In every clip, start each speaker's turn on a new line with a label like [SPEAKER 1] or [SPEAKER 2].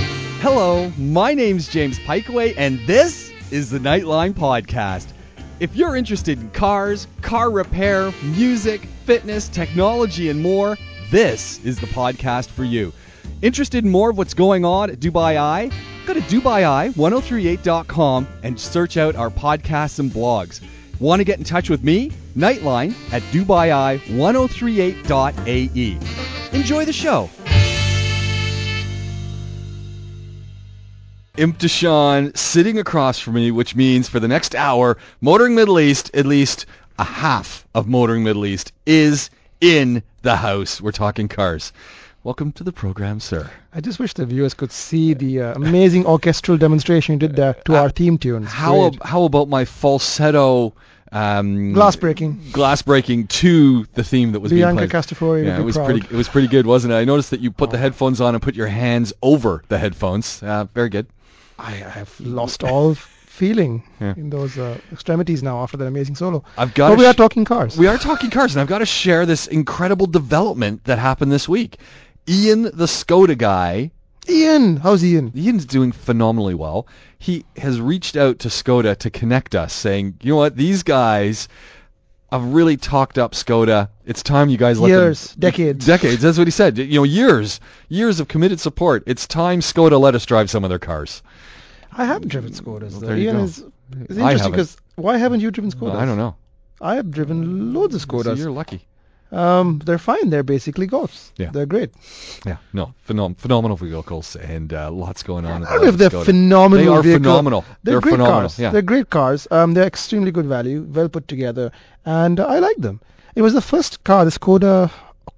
[SPEAKER 1] Hello, my name's James Pikeway, and this is the Nightline Podcast. If you're interested in cars, car repair, music, fitness, technology, and more, this is the podcast for you. Interested in more of what's going on at Dubai Eye? Go to DubaiEye1038.com and search out our podcasts and blogs. Want to get in touch with me? Nightline at DubaiEye1038.ae. E. Enjoy the show. Imtishan sitting across from me, which means for the next hour, Motoring Middle East, at least a half of Motoring Middle East is in the house. We're talking cars. Welcome to the program, sir.
[SPEAKER 2] I just wish the viewers could see the uh, amazing orchestral demonstration you did there to our theme tune. It's
[SPEAKER 1] How
[SPEAKER 2] great.
[SPEAKER 1] ab- how about my falsetto um,
[SPEAKER 2] glass breaking?
[SPEAKER 1] glass breaking to the theme that was
[SPEAKER 2] Bianca
[SPEAKER 1] being played?
[SPEAKER 2] Castafiore
[SPEAKER 1] Yeah,
[SPEAKER 2] would
[SPEAKER 1] it
[SPEAKER 2] be
[SPEAKER 1] was
[SPEAKER 2] proud.
[SPEAKER 1] pretty. It was pretty good, wasn't it? I noticed that you put the
[SPEAKER 2] Oh.
[SPEAKER 1] headphones on and put your hands over the headphones. Uh, very good.
[SPEAKER 2] I have lost all feeling
[SPEAKER 1] Yeah.
[SPEAKER 2] in those uh, extremities now after that amazing solo.
[SPEAKER 1] I've got.
[SPEAKER 2] but
[SPEAKER 1] a
[SPEAKER 2] we are
[SPEAKER 1] sh-
[SPEAKER 2] talking cars.
[SPEAKER 1] We are talking cars, and I've got to share this incredible development that happened this week. Ian, the Skoda guy,
[SPEAKER 2] Ian, how's Ian?
[SPEAKER 1] Ian's doing phenomenally well. He has reached out to Skoda to connect us, saying, "You know what? These guys have really talked up Skoda. It's time you guys let
[SPEAKER 2] Years,
[SPEAKER 1] them
[SPEAKER 2] decades.
[SPEAKER 1] decades." That's what he said. You know, years, years of committed support. It's time Skoda let us drive some of their cars.
[SPEAKER 2] I haven't driven Skodas. though.
[SPEAKER 1] there you
[SPEAKER 2] Ian
[SPEAKER 1] go.
[SPEAKER 2] is is
[SPEAKER 1] I
[SPEAKER 2] interesting
[SPEAKER 1] haven't.
[SPEAKER 2] because why haven't you driven Skodas?
[SPEAKER 1] I don't know.
[SPEAKER 2] I have driven loads of
[SPEAKER 1] So
[SPEAKER 2] Skodas.
[SPEAKER 1] you're lucky.
[SPEAKER 2] um, they're fine. They're basically golfs.
[SPEAKER 1] Yeah.
[SPEAKER 2] They're great.
[SPEAKER 1] Yeah, no, phenom- phenomenal vehicles and uh, lots going on. at
[SPEAKER 2] I don't know if
[SPEAKER 1] the
[SPEAKER 2] they're
[SPEAKER 1] Skoda.
[SPEAKER 2] phenomenal.
[SPEAKER 1] They are
[SPEAKER 2] vehicle-
[SPEAKER 1] phenomenal.
[SPEAKER 2] They're,
[SPEAKER 1] They're
[SPEAKER 2] great
[SPEAKER 1] phenomenal,
[SPEAKER 2] cars.
[SPEAKER 1] yeah.
[SPEAKER 2] They're great cars. Um, they're extremely good value, well put together, and uh, I like them. It was the first car, the Skoda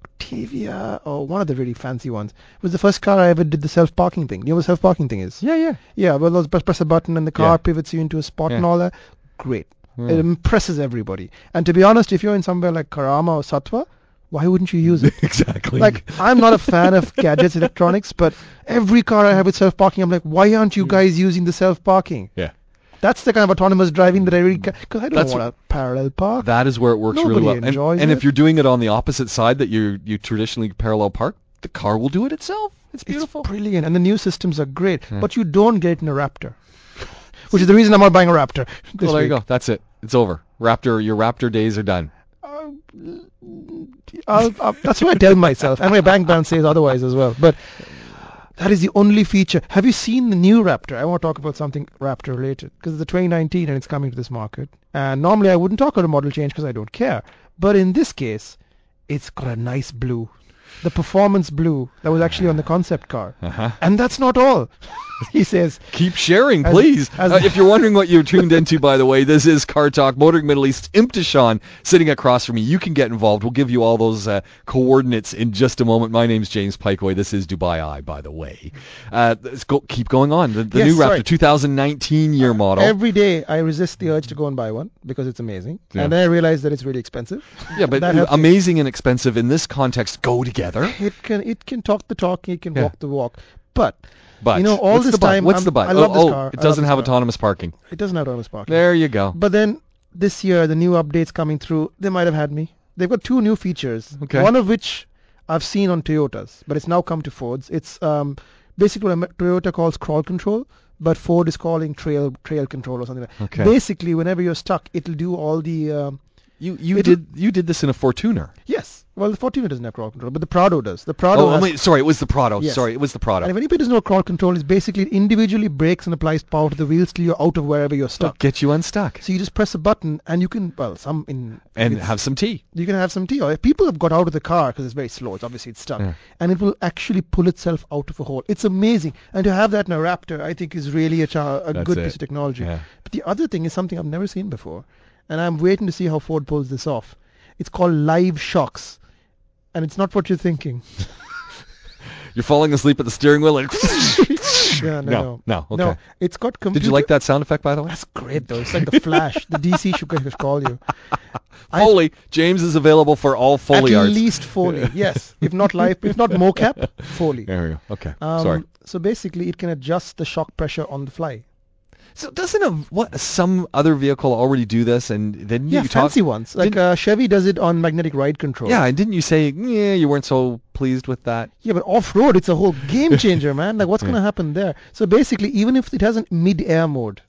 [SPEAKER 2] Octavia, or one of the really fancy ones. It was the first car I ever did the self-parking thing. You know what self-parking thing is?
[SPEAKER 1] Yeah, yeah.
[SPEAKER 2] Yeah, well, let's press, press a button and the car
[SPEAKER 1] Yeah.
[SPEAKER 2] pivots you into a spot
[SPEAKER 1] Yeah.
[SPEAKER 2] and all that. Great.
[SPEAKER 1] Yeah.
[SPEAKER 2] It impresses everybody. And to be honest, if you're in somewhere like Karama or Satwa, why wouldn't you use it?
[SPEAKER 1] Exactly.
[SPEAKER 2] Like I'm not a fan of gadgets, electronics, but every car I have with self parking, I'm like, why aren't you guys using the self parking?
[SPEAKER 1] yeah.
[SPEAKER 2] That's the kind of autonomous driving that I really because I don't
[SPEAKER 1] That's-
[SPEAKER 2] want to parallel park.
[SPEAKER 1] That is where it works really
[SPEAKER 2] Nobody
[SPEAKER 1] well. And-
[SPEAKER 2] enjoys
[SPEAKER 1] and
[SPEAKER 2] it.
[SPEAKER 1] if you're doing it on the opposite side that you you traditionally parallel park, the car will do it itself. It's beautiful.
[SPEAKER 2] It's brilliant, and the new systems are great, but you don't get it in a Raptor, which is the reason I'm not buying a Raptor. This
[SPEAKER 1] well, there you
[SPEAKER 2] week.
[SPEAKER 1] go. That's it. It's over. Raptor, your Raptor days are done.
[SPEAKER 2] I'll, I'll, that's what I tell myself, and my bank balance says otherwise as well. But that is the only feature. Have you seen the new Raptor? I want to talk about something Raptor related because it's a 2019 and it's coming to this market. And normally I wouldn't talk about a model change because I don't care. But in this case, it's got a nice blue, the performance blue that was actually on the concept car. And that's not all. he says
[SPEAKER 1] Keep sharing,
[SPEAKER 2] As-
[SPEAKER 1] please.
[SPEAKER 2] as-
[SPEAKER 1] Uh, if you're wondering what you're tuned into, by the way, this is Car Talk, Motoring Middle East, Imtishan sitting across from me. You can get involved. We'll give you all those uh, coordinates in just a moment. My name's James Pikeway. This is Dubai Eye, by the way. Uh, let's go, keep going on. The, the
[SPEAKER 2] Yes,
[SPEAKER 1] new Raptor,
[SPEAKER 2] sorry. Uh,
[SPEAKER 1] 2019 year model.
[SPEAKER 2] every day I resist the urge to go and buy one because it's amazing,
[SPEAKER 1] Yeah.
[SPEAKER 2] and then I realize that it's really expensive.
[SPEAKER 1] yeah, but
[SPEAKER 2] that helps me.
[SPEAKER 1] amazing and expensive in this context go together.
[SPEAKER 2] It can it can talk the talk, it can
[SPEAKER 1] Yeah.
[SPEAKER 2] walk the walk. But
[SPEAKER 1] But
[SPEAKER 2] You know, all
[SPEAKER 1] what's
[SPEAKER 2] this
[SPEAKER 1] the but?
[SPEAKER 2] time,
[SPEAKER 1] what's
[SPEAKER 2] I'm-
[SPEAKER 1] the but?
[SPEAKER 2] I love
[SPEAKER 1] oh,
[SPEAKER 2] this
[SPEAKER 1] oh,
[SPEAKER 2] car.
[SPEAKER 1] it
[SPEAKER 2] I love
[SPEAKER 1] doesn't
[SPEAKER 2] this
[SPEAKER 1] have
[SPEAKER 2] car.
[SPEAKER 1] autonomous parking.
[SPEAKER 2] it doesn't have autonomous parking.
[SPEAKER 1] There you go.
[SPEAKER 2] But then this year, the new updates coming through, they might have had me. They've got two new features.
[SPEAKER 1] Okay.
[SPEAKER 2] One of which I've seen on Toyotas, but it's now come to Ford's. It's um, basically what Am- Toyota calls crawl control, but Ford is calling trail trail control or something like that.
[SPEAKER 1] Okay.
[SPEAKER 2] Basically, whenever you're stuck, it'll do all the um,
[SPEAKER 1] You you
[SPEAKER 2] It'll-
[SPEAKER 1] did you did this in a Fortuner.
[SPEAKER 2] yes. Well, the Fortuna doesn't have crawl control, but the Prado does. The Prado.
[SPEAKER 1] Oh, I
[SPEAKER 2] has-
[SPEAKER 1] mean, sorry, it was the Prado.
[SPEAKER 2] Yes.
[SPEAKER 1] Sorry, it was the Prado.
[SPEAKER 2] and if anybody doesn't know what crawl control is, basically it individually brakes and applies power to the wheels till you're out of wherever you're
[SPEAKER 1] It'll
[SPEAKER 2] stuck.
[SPEAKER 1] get you unstuck
[SPEAKER 2] So you just press a button and you can well some in
[SPEAKER 1] and
[SPEAKER 2] it's-
[SPEAKER 1] have some tea.
[SPEAKER 2] you can have some tea. Or if people have got out of the car because it's very slow, it's obviously it's stuck,
[SPEAKER 1] Yeah.
[SPEAKER 2] and it will actually pull itself out of a hole. It's amazing, and to have that in a Raptor, I think is really a, cha- a
[SPEAKER 1] That's
[SPEAKER 2] good
[SPEAKER 1] it.
[SPEAKER 2] piece of technology.
[SPEAKER 1] Yeah.
[SPEAKER 2] But the other thing is something I've never seen before, and I'm waiting to see how Ford pulls this off. It's called live shocks, and it's not what you're thinking.
[SPEAKER 1] You're falling asleep at the steering wheel. And
[SPEAKER 2] Yeah, no,
[SPEAKER 1] No,
[SPEAKER 2] no,
[SPEAKER 1] no, okay.
[SPEAKER 2] It's got computer.
[SPEAKER 1] did you like that sound effect, by the way?
[SPEAKER 2] That's great though. It's like the Flash, the DC should could call you. I-
[SPEAKER 1] Foley. James is available for all Foley
[SPEAKER 2] At
[SPEAKER 1] arts.
[SPEAKER 2] least Foley, yes. If not live, if not mocap, Foley.
[SPEAKER 1] There we go. Okay.
[SPEAKER 2] Um,
[SPEAKER 1] sorry.
[SPEAKER 2] So basically, it can adjust the shock pressure on the fly.
[SPEAKER 1] So doesn't a, what some other vehicle already do this? And then
[SPEAKER 2] Yeah,
[SPEAKER 1] you talk,
[SPEAKER 2] fancy ones. Like
[SPEAKER 1] Didn't-
[SPEAKER 2] uh, Chevy does it on magnetic ride control.
[SPEAKER 1] yeah, and didn't you say yeah you weren't so pleased with that?
[SPEAKER 2] Yeah, but off road, it's a whole game changer, man. Like, what's going to happen there? So basically, even if it has a mid air mode,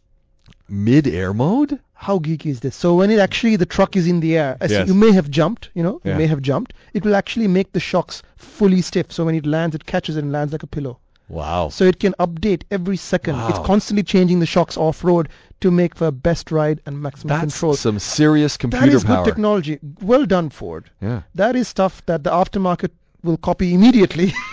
[SPEAKER 1] Mid-air mode?
[SPEAKER 2] how geeky is this? So when it actually the truck is in the air, as
[SPEAKER 1] Yes.
[SPEAKER 2] you may have jumped, you know,
[SPEAKER 1] Yeah.
[SPEAKER 2] you may have jumped. It will actually make the shocks fully stiff. So when it lands, it catches and lands like a pillow.
[SPEAKER 1] Wow.
[SPEAKER 2] So it can update every second. It's
[SPEAKER 1] Wow.
[SPEAKER 2] constantly changing the shocks off road to make for best ride and maximum
[SPEAKER 1] That's
[SPEAKER 2] control.
[SPEAKER 1] some serious
[SPEAKER 2] That
[SPEAKER 1] computer
[SPEAKER 2] is
[SPEAKER 1] power.
[SPEAKER 2] good technology. Well done, Ford.
[SPEAKER 1] yeah.
[SPEAKER 2] That is stuff that the aftermarket will copy immediately.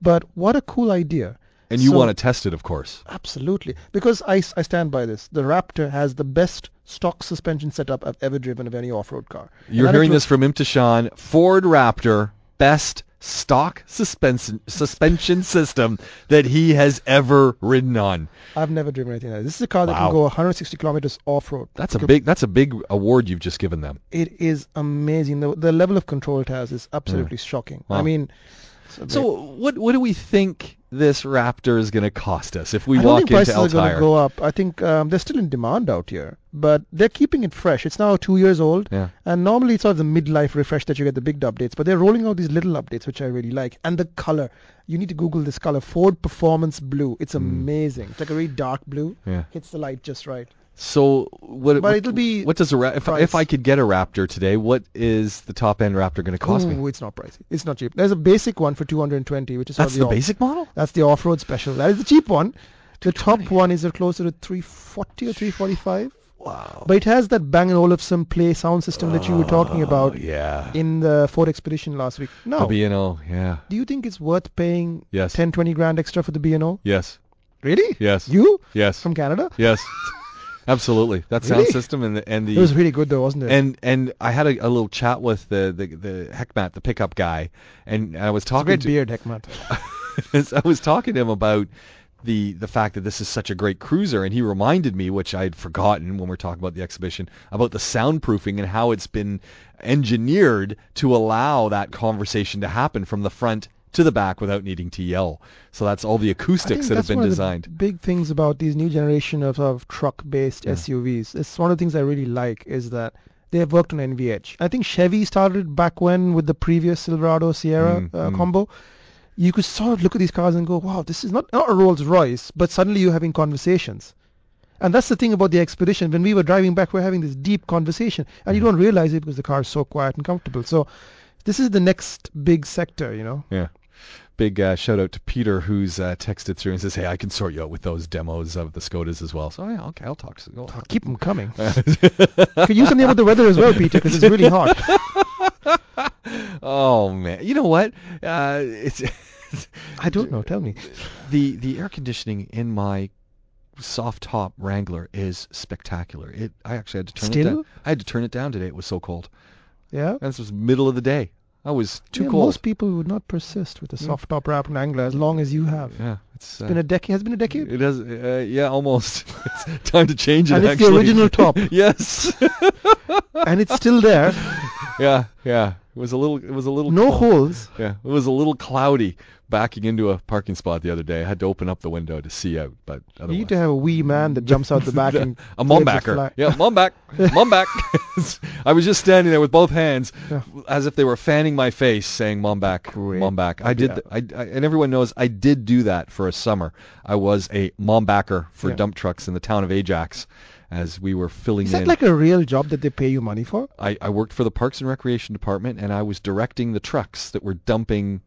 [SPEAKER 2] but what a cool idea.
[SPEAKER 1] And you
[SPEAKER 2] So-
[SPEAKER 1] want to test it, of course.
[SPEAKER 2] Absolutely. Because I, s- I stand by this. The Raptor has the best stock suspension setup I've ever driven of any off-road car. And
[SPEAKER 1] You're
[SPEAKER 2] that
[SPEAKER 1] hearing this
[SPEAKER 2] includes-
[SPEAKER 1] from Imtishan. Ford Raptor, best stock suspension suspension system that he has ever ridden on.
[SPEAKER 2] I've never driven anything like this. This is a car that
[SPEAKER 1] Wow.
[SPEAKER 2] can go 160 kilometers off-road.
[SPEAKER 1] That's a big that's a big award you've just given them.
[SPEAKER 2] It is amazing. The, the level of control it has is absolutely shocking.
[SPEAKER 1] Hmm. Wow.
[SPEAKER 2] I mean,
[SPEAKER 1] So what what do we think this Raptor is going to cost us if we
[SPEAKER 2] I don't
[SPEAKER 1] walk
[SPEAKER 2] think prices
[SPEAKER 1] into
[SPEAKER 2] are going to
[SPEAKER 1] Eltire?
[SPEAKER 2] go up. I think um, they're still in demand out here, but they're keeping it fresh. It's now two years old,
[SPEAKER 1] Yeah.
[SPEAKER 2] and normally it's sort of the midlife refresh that you get the big updates, but they're rolling out these little updates, which I really like. And the color, you need to Google this color, Ford Performance Blue.
[SPEAKER 1] Hmm.
[SPEAKER 2] It's amazing. It's like a really dark blue.
[SPEAKER 1] Yeah.
[SPEAKER 2] Hits the light just right.
[SPEAKER 1] So what?
[SPEAKER 2] But
[SPEAKER 1] what-
[SPEAKER 2] it'll be
[SPEAKER 1] What does a ra- if,
[SPEAKER 2] price.
[SPEAKER 1] if I could get a Raptor today? What is the top end Raptor going to cost me?
[SPEAKER 2] Ooh, it's not pricey. It's not cheap. There's a basic one for 220, which is sort
[SPEAKER 1] That's
[SPEAKER 2] of
[SPEAKER 1] the
[SPEAKER 2] off-
[SPEAKER 1] basic model.
[SPEAKER 2] That's the off-road special. That is the cheap one. The top one is closer to 340 or 345.
[SPEAKER 1] Wow.
[SPEAKER 2] But it has that Bang & Olufsen play sound system that you were talking
[SPEAKER 1] Ah.
[SPEAKER 2] about
[SPEAKER 1] Oh, yeah.
[SPEAKER 2] in the Ford Expedition last week.
[SPEAKER 1] The
[SPEAKER 2] Now,
[SPEAKER 1] B&O. Yeah.
[SPEAKER 2] do you think it's worth paying
[SPEAKER 1] Yes.
[SPEAKER 2] ten, twenty 10, 20 grand extra for the B&O?
[SPEAKER 1] Yes.
[SPEAKER 2] Really?
[SPEAKER 1] Yes.
[SPEAKER 2] You?
[SPEAKER 1] Yes.
[SPEAKER 2] From Canada?
[SPEAKER 1] yes. Absolutely. That sound
[SPEAKER 2] Really?
[SPEAKER 1] system and the, and the
[SPEAKER 2] It was really good though, wasn't it?
[SPEAKER 1] And and I had a, a little chat with the the the Heckmat, the pickup guy, and I was
[SPEAKER 2] It's a
[SPEAKER 1] talking
[SPEAKER 2] great
[SPEAKER 1] to
[SPEAKER 2] beard, Heckmat.
[SPEAKER 1] I was talking to him about the the fact that this is such a great cruiser, and he reminded me, which I'd forgotten when we are talking about the exhibition, about the soundproofing and how it's been engineered to allow that conversation to happen from the front to the back without needing to yell. So that's all the
[SPEAKER 2] I think
[SPEAKER 1] acoustics that have
[SPEAKER 2] that's
[SPEAKER 1] been
[SPEAKER 2] one of the
[SPEAKER 1] designed.
[SPEAKER 2] big things about these new generation of, of truck-based SUVs. It's one of the things I really like is that they have worked on NVH. I think Chevy started back when with the previous Silverado Sierra
[SPEAKER 1] Mm,
[SPEAKER 2] uh,
[SPEAKER 1] mm.
[SPEAKER 2] combo. You could sort of look at these cars and go, "Wow, this is not not a Rolls Royce," but suddenly you're having conversations. And that's the thing about the expedition. When we were driving back, we we're having this deep conversation, and you
[SPEAKER 1] Mm.
[SPEAKER 2] don't realize it because the car is so quiet and comfortable. So, this is the next big sector, you know.
[SPEAKER 1] Yeah. Big uh, shout out to Peter who's uh, texted through and says, "Hey, I can sort you out with those demos of the Skodas as well." So yeah, okay, I'll talk to you.
[SPEAKER 2] Oh, keep them coming. Could you something about the weather as well, Peter, because it's really hot.
[SPEAKER 1] Oh man, you know what? Uh, it's
[SPEAKER 2] I don't know. Tell me.
[SPEAKER 1] the the air conditioning in my soft top Wrangler is spectacular. It I actually had to turn it
[SPEAKER 2] Still?
[SPEAKER 1] down. I had to turn it down today. It was so cold.
[SPEAKER 2] Yeah.
[SPEAKER 1] And this was middle of the day. I was too
[SPEAKER 2] Yeah,
[SPEAKER 1] cold. Mm.
[SPEAKER 2] Most people would not persist with a soft top wrap and angler as long as you have.
[SPEAKER 1] yeah, it's, uh,
[SPEAKER 2] Been a decade. Has been a decade.
[SPEAKER 1] it does. Uh, yeah, almost. it's time to change it.
[SPEAKER 2] And it's the
[SPEAKER 1] actually.
[SPEAKER 2] original top.
[SPEAKER 1] yes.
[SPEAKER 2] and it's still there.
[SPEAKER 1] yeah, yeah. It was a little. It was a little.
[SPEAKER 2] No
[SPEAKER 1] cloud-
[SPEAKER 2] holes.
[SPEAKER 1] Yeah, it was a little cloudy backing into a parking spot the other day. I had to open up the window to see out, but
[SPEAKER 2] You
[SPEAKER 1] otherwise.
[SPEAKER 2] need to have a wee man that jumps out the back and
[SPEAKER 1] a
[SPEAKER 2] clips
[SPEAKER 1] mumbacker.
[SPEAKER 2] fly.
[SPEAKER 1] Yeah, mumback, mumback. I was just standing there with both hands,
[SPEAKER 2] Yeah.
[SPEAKER 1] as if they were fanning my face, saying mumback,
[SPEAKER 2] Great.
[SPEAKER 1] mumback. I did,
[SPEAKER 2] Yeah.
[SPEAKER 1] th- I, I- and everyone knows I did do that for a summer. I was a mombacker for
[SPEAKER 2] Yeah.
[SPEAKER 1] dump trucks in the town of Ajax, as we were filling
[SPEAKER 2] Is
[SPEAKER 1] in.
[SPEAKER 2] that like a real job that they pay you money for?
[SPEAKER 1] I, I worked for the Parks and Recreation Department, and I was directing the trucks that were dumping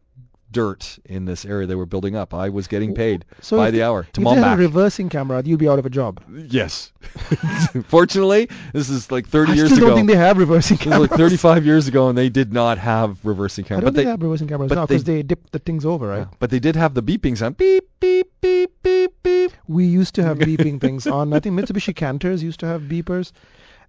[SPEAKER 1] dirt in this area they were building up. I was getting paid
[SPEAKER 2] So
[SPEAKER 1] by
[SPEAKER 2] if-
[SPEAKER 1] the hour to
[SPEAKER 2] if they had a
[SPEAKER 1] momback.
[SPEAKER 2] reversing camera, you'd be out of a job.
[SPEAKER 1] yes. Fortunately, this is like 30
[SPEAKER 2] I
[SPEAKER 1] years
[SPEAKER 2] still
[SPEAKER 1] ago.
[SPEAKER 2] don't think they have reversing
[SPEAKER 1] It was
[SPEAKER 2] cameras.
[SPEAKER 1] like 35 years ago, and they did not have reversing
[SPEAKER 2] I
[SPEAKER 1] camera,
[SPEAKER 2] don't
[SPEAKER 1] but
[SPEAKER 2] think they,
[SPEAKER 1] they,
[SPEAKER 2] have reversing cameras
[SPEAKER 1] but
[SPEAKER 2] now
[SPEAKER 1] they-
[SPEAKER 2] because they dip the things over, right?
[SPEAKER 1] yeah, but they did have the beeping sound. Beep beep beep beep beep.
[SPEAKER 2] We used to have beeping things on. I think Mitsubishi Canters used to have beepers.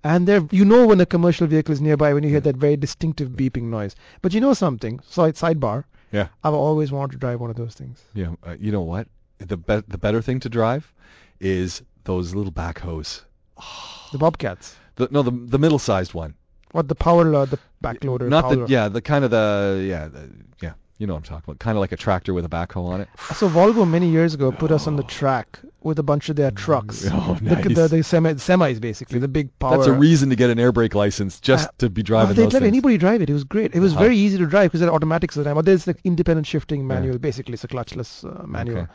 [SPEAKER 2] And there, you know when a commercial vehicle is nearby when you hear that very distinctive beeping noise. But you know something, side sidebar,
[SPEAKER 1] Yeah,
[SPEAKER 2] I've always wanted to drive one of those things.
[SPEAKER 1] yeah. Uh, you know what? The be- the better thing to drive is those little backhoes.
[SPEAKER 2] The Bobcats.
[SPEAKER 1] The, no, the the middle sized one.
[SPEAKER 2] What the power, uh, the backloader.
[SPEAKER 1] Not
[SPEAKER 2] power.
[SPEAKER 1] the yeah, the kind of the yeah, the, yeah. You know what I'm talking about. Kind of like a tractor with a backhoe on it.
[SPEAKER 2] So Volvo many years ago put us on the track with a bunch of their trucks.
[SPEAKER 1] Oh,
[SPEAKER 2] The-
[SPEAKER 1] nice.
[SPEAKER 2] The, the semi, semis, basically, the big power.
[SPEAKER 1] That's a reason to get an air brake license, just
[SPEAKER 2] Uh,
[SPEAKER 1] to be
[SPEAKER 2] Oh,
[SPEAKER 1] driving
[SPEAKER 2] they'd
[SPEAKER 1] those
[SPEAKER 2] let
[SPEAKER 1] things. Uh-huh.
[SPEAKER 2] anybody drive it. It was great. It was
[SPEAKER 1] Wow.
[SPEAKER 2] very easy to drive because there are automatics at the time. Or there's like independent shifting manual, basically. It's a clutchless uh, manual.
[SPEAKER 1] Okay.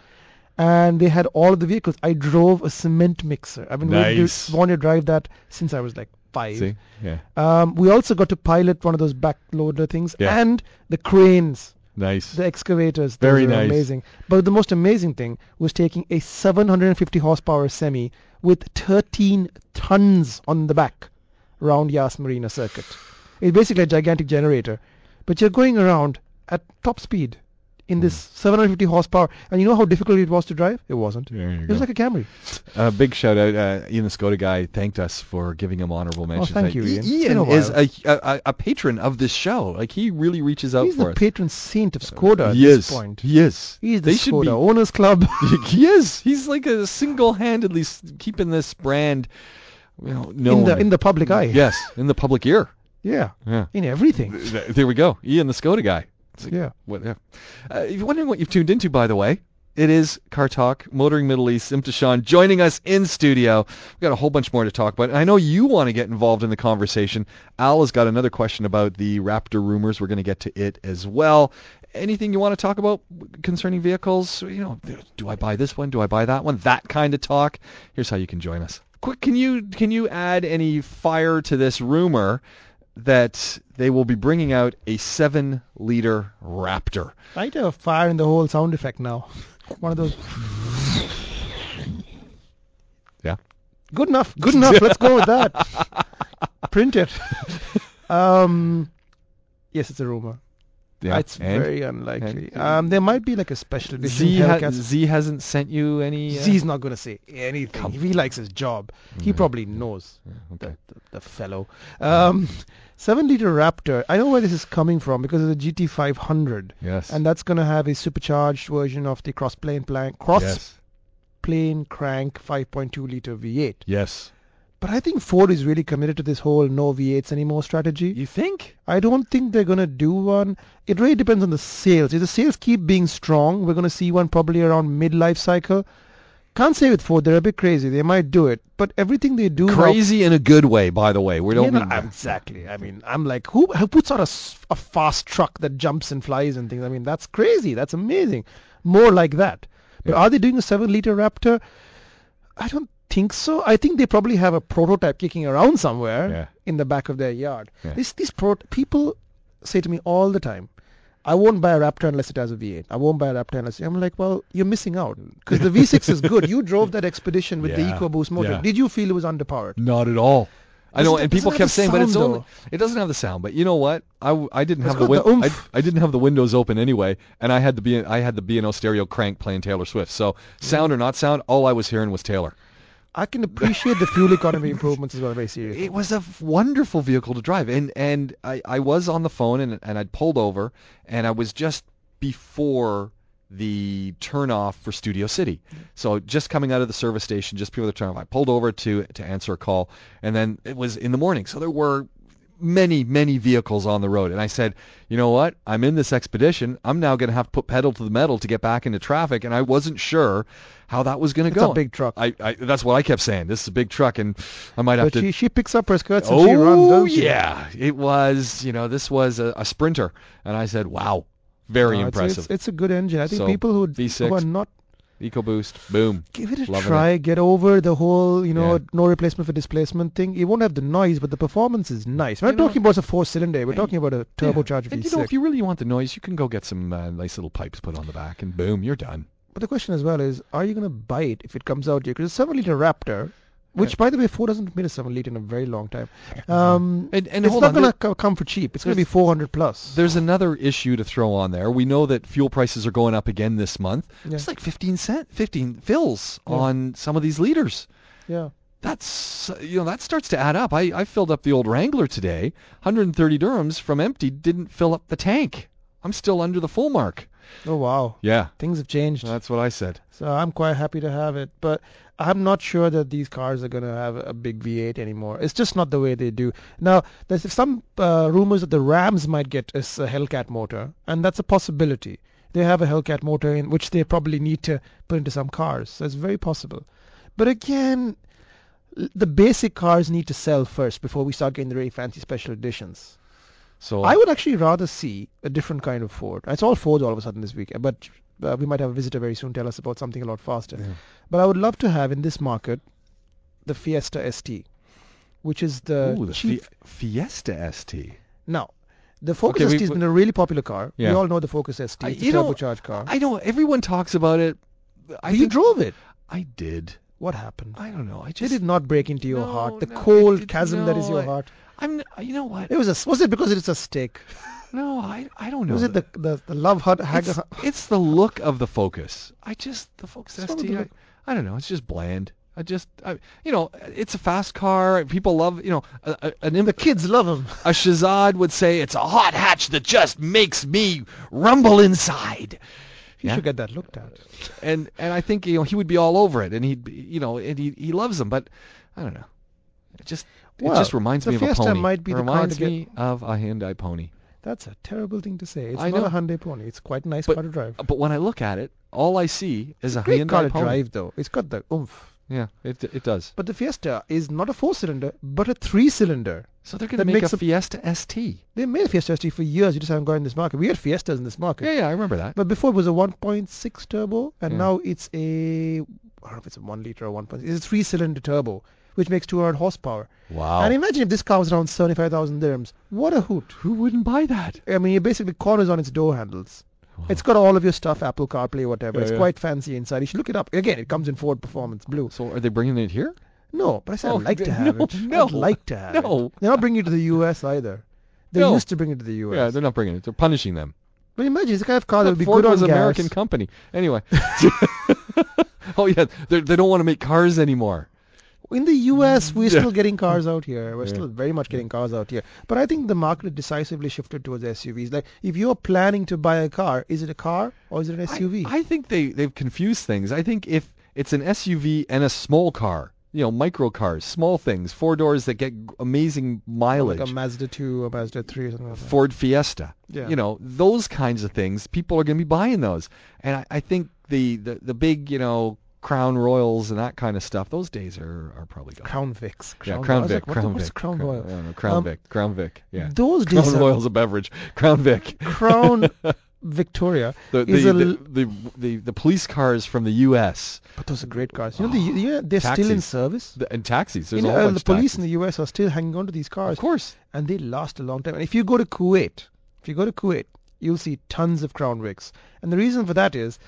[SPEAKER 2] And they had all of the vehicles. I drove a cement mixer. I've been waiting
[SPEAKER 1] Nice.
[SPEAKER 2] to want to drive that since I was like five.
[SPEAKER 1] See? Yeah.
[SPEAKER 2] Um, we also got to pilot one of those backloader things
[SPEAKER 1] Yeah.
[SPEAKER 2] and the cranes,
[SPEAKER 1] Nice.
[SPEAKER 2] the excavators. Those
[SPEAKER 1] Very
[SPEAKER 2] were
[SPEAKER 1] nice.
[SPEAKER 2] amazing. But the most amazing thing was taking a 750 horsepower semi with 13 tons on the back round Yas Marina circuit. It's basically a gigantic generator, but you're going around at top speed in this
[SPEAKER 1] Hmm.
[SPEAKER 2] 750 horsepower. And you know how difficult it was to drive? It wasn't.
[SPEAKER 1] There you
[SPEAKER 2] It
[SPEAKER 1] go.
[SPEAKER 2] was like a Camry.
[SPEAKER 1] Uh, big shout out. Uh, Ian the Skoda guy thanked us for giving him honorable mentions.
[SPEAKER 2] Oh, thank
[SPEAKER 1] Uh,
[SPEAKER 2] you,
[SPEAKER 1] I-
[SPEAKER 2] Ian. It's been
[SPEAKER 1] Ian
[SPEAKER 2] a
[SPEAKER 1] is
[SPEAKER 2] while.
[SPEAKER 1] a, a a patron of this show. Like he really reaches out
[SPEAKER 2] He's
[SPEAKER 1] for
[SPEAKER 2] the patron saint of Skoda
[SPEAKER 1] us.
[SPEAKER 2] at
[SPEAKER 1] He is.
[SPEAKER 2] this point.
[SPEAKER 1] He is.
[SPEAKER 2] He's the
[SPEAKER 1] they should
[SPEAKER 2] Skoda
[SPEAKER 1] be
[SPEAKER 2] Owners Club.
[SPEAKER 1] he is. He's like a single-handedly s- keeping this brand, you know, known.
[SPEAKER 2] in the in the public eye.
[SPEAKER 1] yes, in the public ear.
[SPEAKER 2] Yeah.
[SPEAKER 1] Yeah.
[SPEAKER 2] In everything.
[SPEAKER 1] Th- th- There we go. Ian, the Skoda guy. It's like,
[SPEAKER 2] Yeah.
[SPEAKER 1] What? Yeah. Uh, if you're wondering what you've tuned into, by the way, it is Car Talk, Motoring Middle East. Imtishan joining us in studio. We've got a whole bunch more to talk about. And I know you want to get involved in the conversation. Al has got another question about the Raptor rumors. We're going to get to it as well. Anything you want to talk about concerning vehicles? You know, do I buy this one? Do I buy that one? That kind of talk. Here's how you can join us. Quick, can you can you add any fire to this rumor that they will be bringing out a seven liter Raptor?
[SPEAKER 2] I have a fire in the whole sound effect now. One of those.
[SPEAKER 1] Yeah.
[SPEAKER 2] Good enough. Good enough. Let's go with that. Print it. Um, yes, it's a rumor.
[SPEAKER 1] Yeah.
[SPEAKER 2] It's
[SPEAKER 1] and
[SPEAKER 2] very unlikely.
[SPEAKER 1] And-
[SPEAKER 2] um, there might be like a special edition
[SPEAKER 1] Z, ha-
[SPEAKER 2] Hellcat.
[SPEAKER 1] Z hasn't sent you any. Uh,
[SPEAKER 2] Z's not going to say anything.
[SPEAKER 1] Come Mm.
[SPEAKER 2] If he likes his job, he
[SPEAKER 1] Yeah.
[SPEAKER 2] probably knows.
[SPEAKER 1] okay.
[SPEAKER 2] the, the fellow. Um, seven liter Raptor. I know where this is coming from because of the GT500,
[SPEAKER 1] Yes.
[SPEAKER 2] and that's going to have a supercharged version of the cross-plane plank, cross-plane
[SPEAKER 1] yes.
[SPEAKER 2] crank 5.2 liter V8.
[SPEAKER 1] Yes.
[SPEAKER 2] But I think Ford is really committed to this whole no V8s anymore strategy.
[SPEAKER 1] You think?
[SPEAKER 2] I don't think they're going to do one. It really depends on the sales. If the sales keep being strong, we're going to see one probably around mid-life cycle. Can't say with Ford, they're a bit crazy. They might do it, but everything they do now-
[SPEAKER 1] Crazy in a good way, by the way. We don't
[SPEAKER 2] yeah,
[SPEAKER 1] mean
[SPEAKER 2] no, exactly. I mean, I'm like, who, who puts out a, s- a fast truck that jumps and flies and things? I mean, that's crazy. That's amazing. More like that. But are they doing a seven liter Raptor? I don't think so. I think they probably have a prototype kicking around somewhere
[SPEAKER 1] Yeah.
[SPEAKER 2] in the back of their yard.
[SPEAKER 1] Yeah.
[SPEAKER 2] This, these pro- people say to me all the time, I won't buy a Raptor unless it has a V8. I won't buy a Raptor unless I'm like, well, you're missing out because the V6 is good. You drove that expedition with
[SPEAKER 1] Yeah.
[SPEAKER 2] the EcoBoost motor.
[SPEAKER 1] Yeah.
[SPEAKER 2] Did you feel it was underpowered?
[SPEAKER 1] Not at all. I know,
[SPEAKER 2] Doesn't it-
[SPEAKER 1] and people
[SPEAKER 2] doesn't it
[SPEAKER 1] kept
[SPEAKER 2] have the
[SPEAKER 1] saying, but it's
[SPEAKER 2] sound,
[SPEAKER 1] only,
[SPEAKER 2] though?
[SPEAKER 1] it doesn't have the sound. But you know what? I, w- I didn't
[SPEAKER 2] It's
[SPEAKER 1] have the
[SPEAKER 2] got the
[SPEAKER 1] win- I,
[SPEAKER 2] oomph.
[SPEAKER 1] I didn't have the windows open anyway, and I had the B I had the B and O stereo crank playing Taylor Swift. So sound or not sound, all I was hearing was Taylor.
[SPEAKER 2] I can appreciate the fuel economy improvements as well, very seriously.
[SPEAKER 1] It was a f- wonderful vehicle to drive, and and I, I was on the phone and and I'd pulled over, and I was just before the turnoff for Studio City, so just coming out of the service station, just before the turnoff, I pulled over to to answer a call, and then it was in the morning, so there were many many vehicles on the road and i said you know what i'm in this expedition i'm now going to have to put pedal to the metal to get back into traffic and i wasn't sure how that was going to
[SPEAKER 2] It's
[SPEAKER 1] go
[SPEAKER 2] a big truck.
[SPEAKER 1] I, I that's what i kept saying this is a big truck and i might have
[SPEAKER 2] But
[SPEAKER 1] to
[SPEAKER 2] she, she picks up her skirts and she runs, doesn't she?
[SPEAKER 1] Oh, yeah, it was. You know, this was a, a sprinter, and I said, "Wow, very
[SPEAKER 2] No, it's-
[SPEAKER 1] impressive."
[SPEAKER 2] It's, it's a good engine. I think
[SPEAKER 1] So,
[SPEAKER 2] people who,
[SPEAKER 1] V6.
[SPEAKER 2] who are not
[SPEAKER 1] EcoBoost, boom.
[SPEAKER 2] give it a
[SPEAKER 1] Loving
[SPEAKER 2] try, get over the whole you know
[SPEAKER 1] Yeah.
[SPEAKER 2] no replacement for displacement thing. You won't have the noise, but the performance is nice. We're
[SPEAKER 1] You
[SPEAKER 2] not
[SPEAKER 1] know-
[SPEAKER 2] talking about a four cylinder. We're
[SPEAKER 1] Yeah.
[SPEAKER 2] talking about a turbocharged
[SPEAKER 1] And
[SPEAKER 2] V6.
[SPEAKER 1] you know, if you really want the noise, you can go get some uh, nice little pipes put on the back, and boom, you're done.
[SPEAKER 2] but the question as well is, are you going to buy it if it comes out here? Because a seven liter Raptor. Which, by the way, Ford hasn't made a seven liter in a very long time. Um,
[SPEAKER 1] And, and
[SPEAKER 2] it's
[SPEAKER 1] hold
[SPEAKER 2] not
[SPEAKER 1] on,
[SPEAKER 2] going
[SPEAKER 1] there-
[SPEAKER 2] to come for cheap. It's going to be 400 plus.
[SPEAKER 1] there's another issue to throw on there. We know that fuel prices are going up again this month.
[SPEAKER 2] Yeah.
[SPEAKER 1] It's like 15 cent, 15 fills
[SPEAKER 2] Yeah.
[SPEAKER 1] on some of these liters.
[SPEAKER 2] Yeah.
[SPEAKER 1] That's uh, you know that starts to add up. I, I filled up the old Wrangler today. 130 dirhams from empty didn't fill up the tank. I'm still under the full mark.
[SPEAKER 2] Oh wow.
[SPEAKER 1] Yeah,
[SPEAKER 2] Things have changed.
[SPEAKER 1] that's what I said.
[SPEAKER 2] So I'm quite happy to have it, but I'm not sure that these cars are going to have a big V8 anymore. It's just not the way they do. Now, there's some uh, rumors that the Rams might get a s- a Hellcat motor, and that's a possibility. they have a Hellcat motor in which they probably need to put into some cars. So it's very possible. But again, l- the basic cars need to sell first before we start getting the really fancy special editions.
[SPEAKER 1] So
[SPEAKER 2] I would actually rather see a different kind of Ford. I saw Fords all of a sudden this weekend, but uh, we might have a visitor very soon tell us about something a lot faster.
[SPEAKER 1] Yeah.
[SPEAKER 2] But I would love to have in this market the Fiesta ST, which is the,
[SPEAKER 1] Ooh, the
[SPEAKER 2] cheap.
[SPEAKER 1] Fi- Fiesta ST.
[SPEAKER 2] now, the Focus
[SPEAKER 1] Okay, we-
[SPEAKER 2] ST has
[SPEAKER 1] we-
[SPEAKER 2] been a really popular car.
[SPEAKER 1] Yeah.
[SPEAKER 2] We all know the Focus ST.
[SPEAKER 1] I-
[SPEAKER 2] It's a
[SPEAKER 1] you know,
[SPEAKER 2] turbocharged car.
[SPEAKER 1] I know everyone talks about it. I
[SPEAKER 2] you
[SPEAKER 1] think-
[SPEAKER 2] drove it.
[SPEAKER 1] I did.
[SPEAKER 2] What happened?
[SPEAKER 1] I don't know. I
[SPEAKER 2] They
[SPEAKER 1] just
[SPEAKER 2] did not break into your
[SPEAKER 1] No,
[SPEAKER 2] heart. The
[SPEAKER 1] no, it
[SPEAKER 2] cold
[SPEAKER 1] did-
[SPEAKER 2] chasm that is
[SPEAKER 1] no,
[SPEAKER 2] your
[SPEAKER 1] I-
[SPEAKER 2] heart.
[SPEAKER 1] I'm. uh, You know what?
[SPEAKER 2] It was a. Was it because it's a stick?
[SPEAKER 1] No, I. I don't know.
[SPEAKER 2] was it the the, the love hut hag?
[SPEAKER 1] It's, it's the look of the Focus. I just the Focus
[SPEAKER 2] What's wrong with
[SPEAKER 1] ST.
[SPEAKER 2] the
[SPEAKER 1] I,
[SPEAKER 2] look?
[SPEAKER 1] I don't know. It's just bland. I just, I, you know, it's a fast car. People love, you know, a, a, an imp-
[SPEAKER 2] The kids love him.
[SPEAKER 1] a Shazad would say it's a hot hatch that just makes me rumble inside.
[SPEAKER 2] You
[SPEAKER 1] Yeah.
[SPEAKER 2] should get that looked at.
[SPEAKER 1] And and I think you know he would be all over it, and he'd be- you know and he he loves them, but I don't know. It just it
[SPEAKER 2] Well,
[SPEAKER 1] just reminds
[SPEAKER 2] the
[SPEAKER 1] me of a
[SPEAKER 2] Fiesta
[SPEAKER 1] pony.
[SPEAKER 2] might be
[SPEAKER 1] it
[SPEAKER 2] the car to
[SPEAKER 1] reminds
[SPEAKER 2] get-
[SPEAKER 1] me of a Hyundai pony.
[SPEAKER 2] That's a terrible thing to say. It's
[SPEAKER 1] I
[SPEAKER 2] not
[SPEAKER 1] know.
[SPEAKER 2] a Hyundai Pony. It's quite a nice
[SPEAKER 1] But-
[SPEAKER 2] car to drive.
[SPEAKER 1] But when I look at it, all I see is a
[SPEAKER 2] Great
[SPEAKER 1] Hyundai
[SPEAKER 2] car to
[SPEAKER 1] pony.
[SPEAKER 2] drive though. It's got the oomph.
[SPEAKER 1] Yeah, it it does.
[SPEAKER 2] But the Fiesta is not a four-cylinder, but a three-cylinder.
[SPEAKER 1] So they're going to
[SPEAKER 2] That
[SPEAKER 1] make a
[SPEAKER 2] makes a-
[SPEAKER 1] Fiesta ST.
[SPEAKER 2] They made a Fiesta ST for years. You just haven't got in this market. We had Fiestas in this market.
[SPEAKER 1] Yeah, yeah, I remember that.
[SPEAKER 2] But before it was a 1.6 turbo, and
[SPEAKER 1] Yeah.
[SPEAKER 2] now it's a I don't know if it's a one liter or 1.6. It's a three-cylinder turbo, which makes 200 horsepower.
[SPEAKER 1] Wow.
[SPEAKER 2] And imagine if this car was around 75,000 dirhams. What a hoot!
[SPEAKER 1] Who wouldn't buy that?
[SPEAKER 2] I mean, it basically corners on its door handles.
[SPEAKER 1] Wow.
[SPEAKER 2] It's got all of your stuff, Apple CarPlay, whatever.
[SPEAKER 1] Yeah,
[SPEAKER 2] it's
[SPEAKER 1] yeah.
[SPEAKER 2] quite fancy inside. You should look it up. Again, it comes in Ford Performance Blue.
[SPEAKER 1] So are they bringing it here?
[SPEAKER 2] No, but I said
[SPEAKER 1] Oh,
[SPEAKER 2] I'd like to
[SPEAKER 1] no,
[SPEAKER 2] have it.
[SPEAKER 1] no,
[SPEAKER 2] I'd like to have
[SPEAKER 1] no.
[SPEAKER 2] it. They're not bringing it to the U.S. either. They
[SPEAKER 1] No.
[SPEAKER 2] used to bring it to the U.S.
[SPEAKER 1] Yeah, they're not bringing it. They're punishing them.
[SPEAKER 2] but imagine it's the kind of car that would be
[SPEAKER 1] Ford
[SPEAKER 2] good
[SPEAKER 1] was
[SPEAKER 2] on
[SPEAKER 1] an
[SPEAKER 2] gas.
[SPEAKER 1] American company. Anyway. oh yeah, they they don't want to make cars anymore.
[SPEAKER 2] In the US, we're
[SPEAKER 1] Yeah.
[SPEAKER 2] still getting cars out here. We're
[SPEAKER 1] Yeah.
[SPEAKER 2] still very much getting cars out here. But I think the market decisively shifted towards SUVs. Like, if you're planning to buy a car, is it a car or is it an SUV?
[SPEAKER 1] I, I think they they've confused things. I think if it's an SUV and a small car, you know, micro cars, small things, four doors that get amazing mileage.
[SPEAKER 2] like a Mazda 2 or Mazda 3 or something like that.
[SPEAKER 1] Ford Fiesta.
[SPEAKER 2] Yeah.
[SPEAKER 1] You know, those kinds of things. People are going to be buying those. And I, I think the, the, the big, you know, Crown Royals and that kind of stuff, those days are, are probably gone.
[SPEAKER 2] Crown Vics.
[SPEAKER 1] yeah,
[SPEAKER 2] Royal. I
[SPEAKER 1] Crown
[SPEAKER 2] was
[SPEAKER 1] Vic,
[SPEAKER 2] like, what the-
[SPEAKER 1] Crown
[SPEAKER 2] what's
[SPEAKER 1] Vic,
[SPEAKER 2] Crown
[SPEAKER 1] Crown-
[SPEAKER 2] Royal?
[SPEAKER 1] I don't know, Crown
[SPEAKER 2] Um,
[SPEAKER 1] Vic, Crown Vic, yeah.
[SPEAKER 2] Those
[SPEAKER 1] Crown
[SPEAKER 2] days are-
[SPEAKER 1] Royal's a beverage. Crown Vic,
[SPEAKER 2] Crown Victoria
[SPEAKER 1] the the,
[SPEAKER 2] is a
[SPEAKER 1] the,
[SPEAKER 2] l-
[SPEAKER 1] the the the police cars from the U.S.
[SPEAKER 2] But those are great cars. You know, the, you know they're still in
[SPEAKER 1] Oh, Taxis.
[SPEAKER 2] service.
[SPEAKER 1] The, and taxis. There's
[SPEAKER 2] You
[SPEAKER 1] a
[SPEAKER 2] know,
[SPEAKER 1] whole
[SPEAKER 2] uh,
[SPEAKER 1] bunch
[SPEAKER 2] the
[SPEAKER 1] of
[SPEAKER 2] police in
[SPEAKER 1] taxis.
[SPEAKER 2] the US are still hanging on to these cars.
[SPEAKER 1] Of course,
[SPEAKER 2] and they last a long time. And if you go to Kuwait, if you go to Kuwait, you'll see tons of Crown Vics. And the reason for that is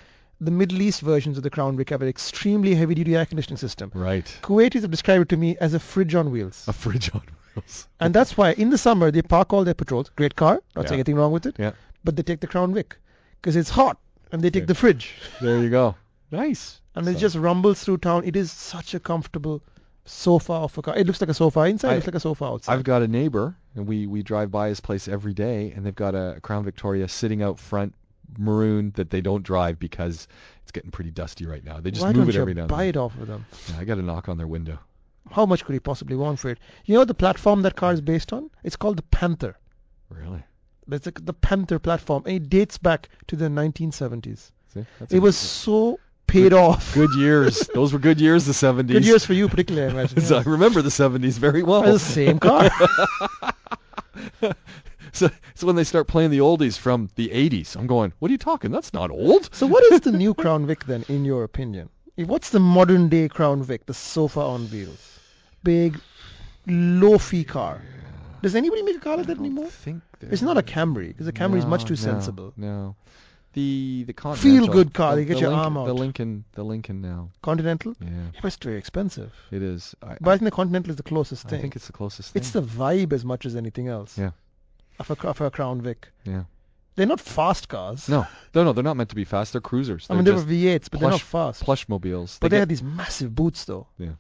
[SPEAKER 2] the Middle East versions of the Crown Vic have an extremely heavy-duty air conditioning system.
[SPEAKER 1] right?
[SPEAKER 2] Kuwaitis have described it to me as a fridge on wheels.
[SPEAKER 1] A fridge on wheels.
[SPEAKER 2] And that's why in the summer they park all their patrols. Great car, not
[SPEAKER 1] Yeah.
[SPEAKER 2] saying anything wrong with it.
[SPEAKER 1] Yeah.
[SPEAKER 2] But they take the Crown Vic because it's hot and they take
[SPEAKER 1] Yeah.
[SPEAKER 2] the fridge
[SPEAKER 1] There you go. Nice.
[SPEAKER 2] and it
[SPEAKER 1] So-
[SPEAKER 2] just rumbles through town. It is such a comfortable sofa of a car. It looks like a sofa inside.
[SPEAKER 1] I-
[SPEAKER 2] it looks like a sofa outside.
[SPEAKER 1] I've got a neighbor, and we, we drive by his place every day, and they've got a Crown Victoria sitting out front, maroon, that they don't drive because it's getting pretty dusty right now. They just
[SPEAKER 2] why
[SPEAKER 1] move
[SPEAKER 2] don't
[SPEAKER 1] it
[SPEAKER 2] you
[SPEAKER 1] every now and
[SPEAKER 2] buy
[SPEAKER 1] then.
[SPEAKER 2] it off of them?
[SPEAKER 1] Yeah, I got a knock on their window.
[SPEAKER 2] how much could he possibly want for it? You know the platform that car is based on? It's called the Panther.
[SPEAKER 1] Really?
[SPEAKER 2] That's the, the Panther platform. And it dates back to the 1970s.
[SPEAKER 1] See? That's a-
[SPEAKER 2] It was so paid off.
[SPEAKER 1] good years. Those were good years, the 70s.
[SPEAKER 2] Good years for you, particularly, I imagine.
[SPEAKER 1] So I
[SPEAKER 2] yeah.
[SPEAKER 1] remember the 70s very
[SPEAKER 2] Well,
[SPEAKER 1] well.
[SPEAKER 2] the same car.
[SPEAKER 1] So, so when they start playing the oldies from the 80s, I'm going, what are you talking? That's not old.
[SPEAKER 2] so what is the new Crown Vic then, in your opinion? If- What's the modern day Crown Vic, the sofa on wheels? Big, loafy car. Does anybody make a car like that anymore?
[SPEAKER 1] think
[SPEAKER 2] It's not a Camry, because the Camry is much
[SPEAKER 1] No,
[SPEAKER 2] too
[SPEAKER 1] no,
[SPEAKER 2] sensible.
[SPEAKER 1] No, the the Continental,
[SPEAKER 2] Feel-good car,
[SPEAKER 1] the-
[SPEAKER 2] you get
[SPEAKER 1] the
[SPEAKER 2] your
[SPEAKER 1] Lincoln-
[SPEAKER 2] arm out.
[SPEAKER 1] The Lincoln, the Lincoln now.
[SPEAKER 2] Continental?
[SPEAKER 1] Yeah,
[SPEAKER 2] Yeah, but it's very expensive.
[SPEAKER 1] it is. I,
[SPEAKER 2] But I think the Continental is the closest
[SPEAKER 1] I
[SPEAKER 2] thing.
[SPEAKER 1] think it's the closest thing.
[SPEAKER 2] It's the vibe as much as anything else.
[SPEAKER 1] Yeah.
[SPEAKER 2] Of a, of a Crown Vic.
[SPEAKER 1] yeah.
[SPEAKER 2] They're not fast cars.
[SPEAKER 1] No, no, no. They're not meant to be fast. They're cruisers.
[SPEAKER 2] I
[SPEAKER 1] They're
[SPEAKER 2] mean, they were
[SPEAKER 1] just
[SPEAKER 2] V8s, but they're not
[SPEAKER 1] plush-
[SPEAKER 2] fast.
[SPEAKER 1] plush mobiles.
[SPEAKER 2] but
[SPEAKER 1] They
[SPEAKER 2] they
[SPEAKER 1] get-
[SPEAKER 2] had these massive boots, though.
[SPEAKER 1] Yeah.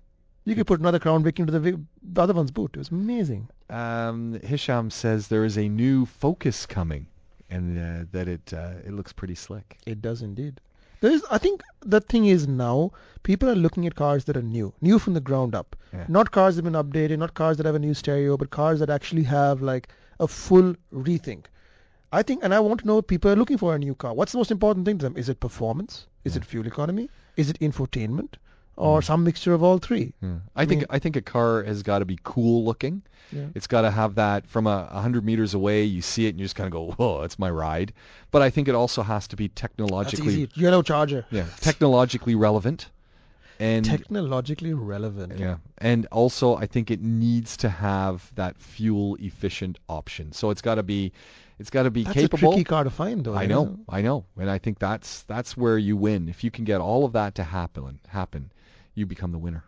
[SPEAKER 2] You could put another Crown Vic into the, vi- the other one's boot. It was amazing.
[SPEAKER 1] um, Hisham says there is a new Focus coming, and uh, that it uh, it looks pretty slick.
[SPEAKER 2] It does indeed. There is, I think the thing is now people are looking at cars that are new, new from the ground up.
[SPEAKER 1] Yeah.
[SPEAKER 2] Not cars that have been updated, not cars that have a new stereo, but cars that actually have like a full rethink. I think, and I want to know what people are looking for in a new car. What's the most important thing to them? Is it performance? Is it fuel economy? Is it infotainment?
[SPEAKER 1] Mm.
[SPEAKER 2] Or some mixture of all three?
[SPEAKER 1] Yeah. I think
[SPEAKER 2] mean-
[SPEAKER 1] I think a car has got to be cool looking.
[SPEAKER 2] Yeah.
[SPEAKER 1] It's got to have that from a hundred meters away. You see it and you just kind of go, "Whoa, that's my ride." But I think it also has to be
[SPEAKER 2] That's
[SPEAKER 1] technologically,
[SPEAKER 2] easy. Yellow charger.
[SPEAKER 1] yeah, technologically relevant, and
[SPEAKER 2] Technologically relevant.
[SPEAKER 1] yeah, and also I think it needs to have that fuel efficient option. So it's got to be, it's got to be
[SPEAKER 2] That's
[SPEAKER 1] capable.
[SPEAKER 2] a tricky car to find, though.
[SPEAKER 1] I
[SPEAKER 2] isn't
[SPEAKER 1] know, I know, and I think that's that's where you win. If you can get all of that to happen, happen, you become the winner.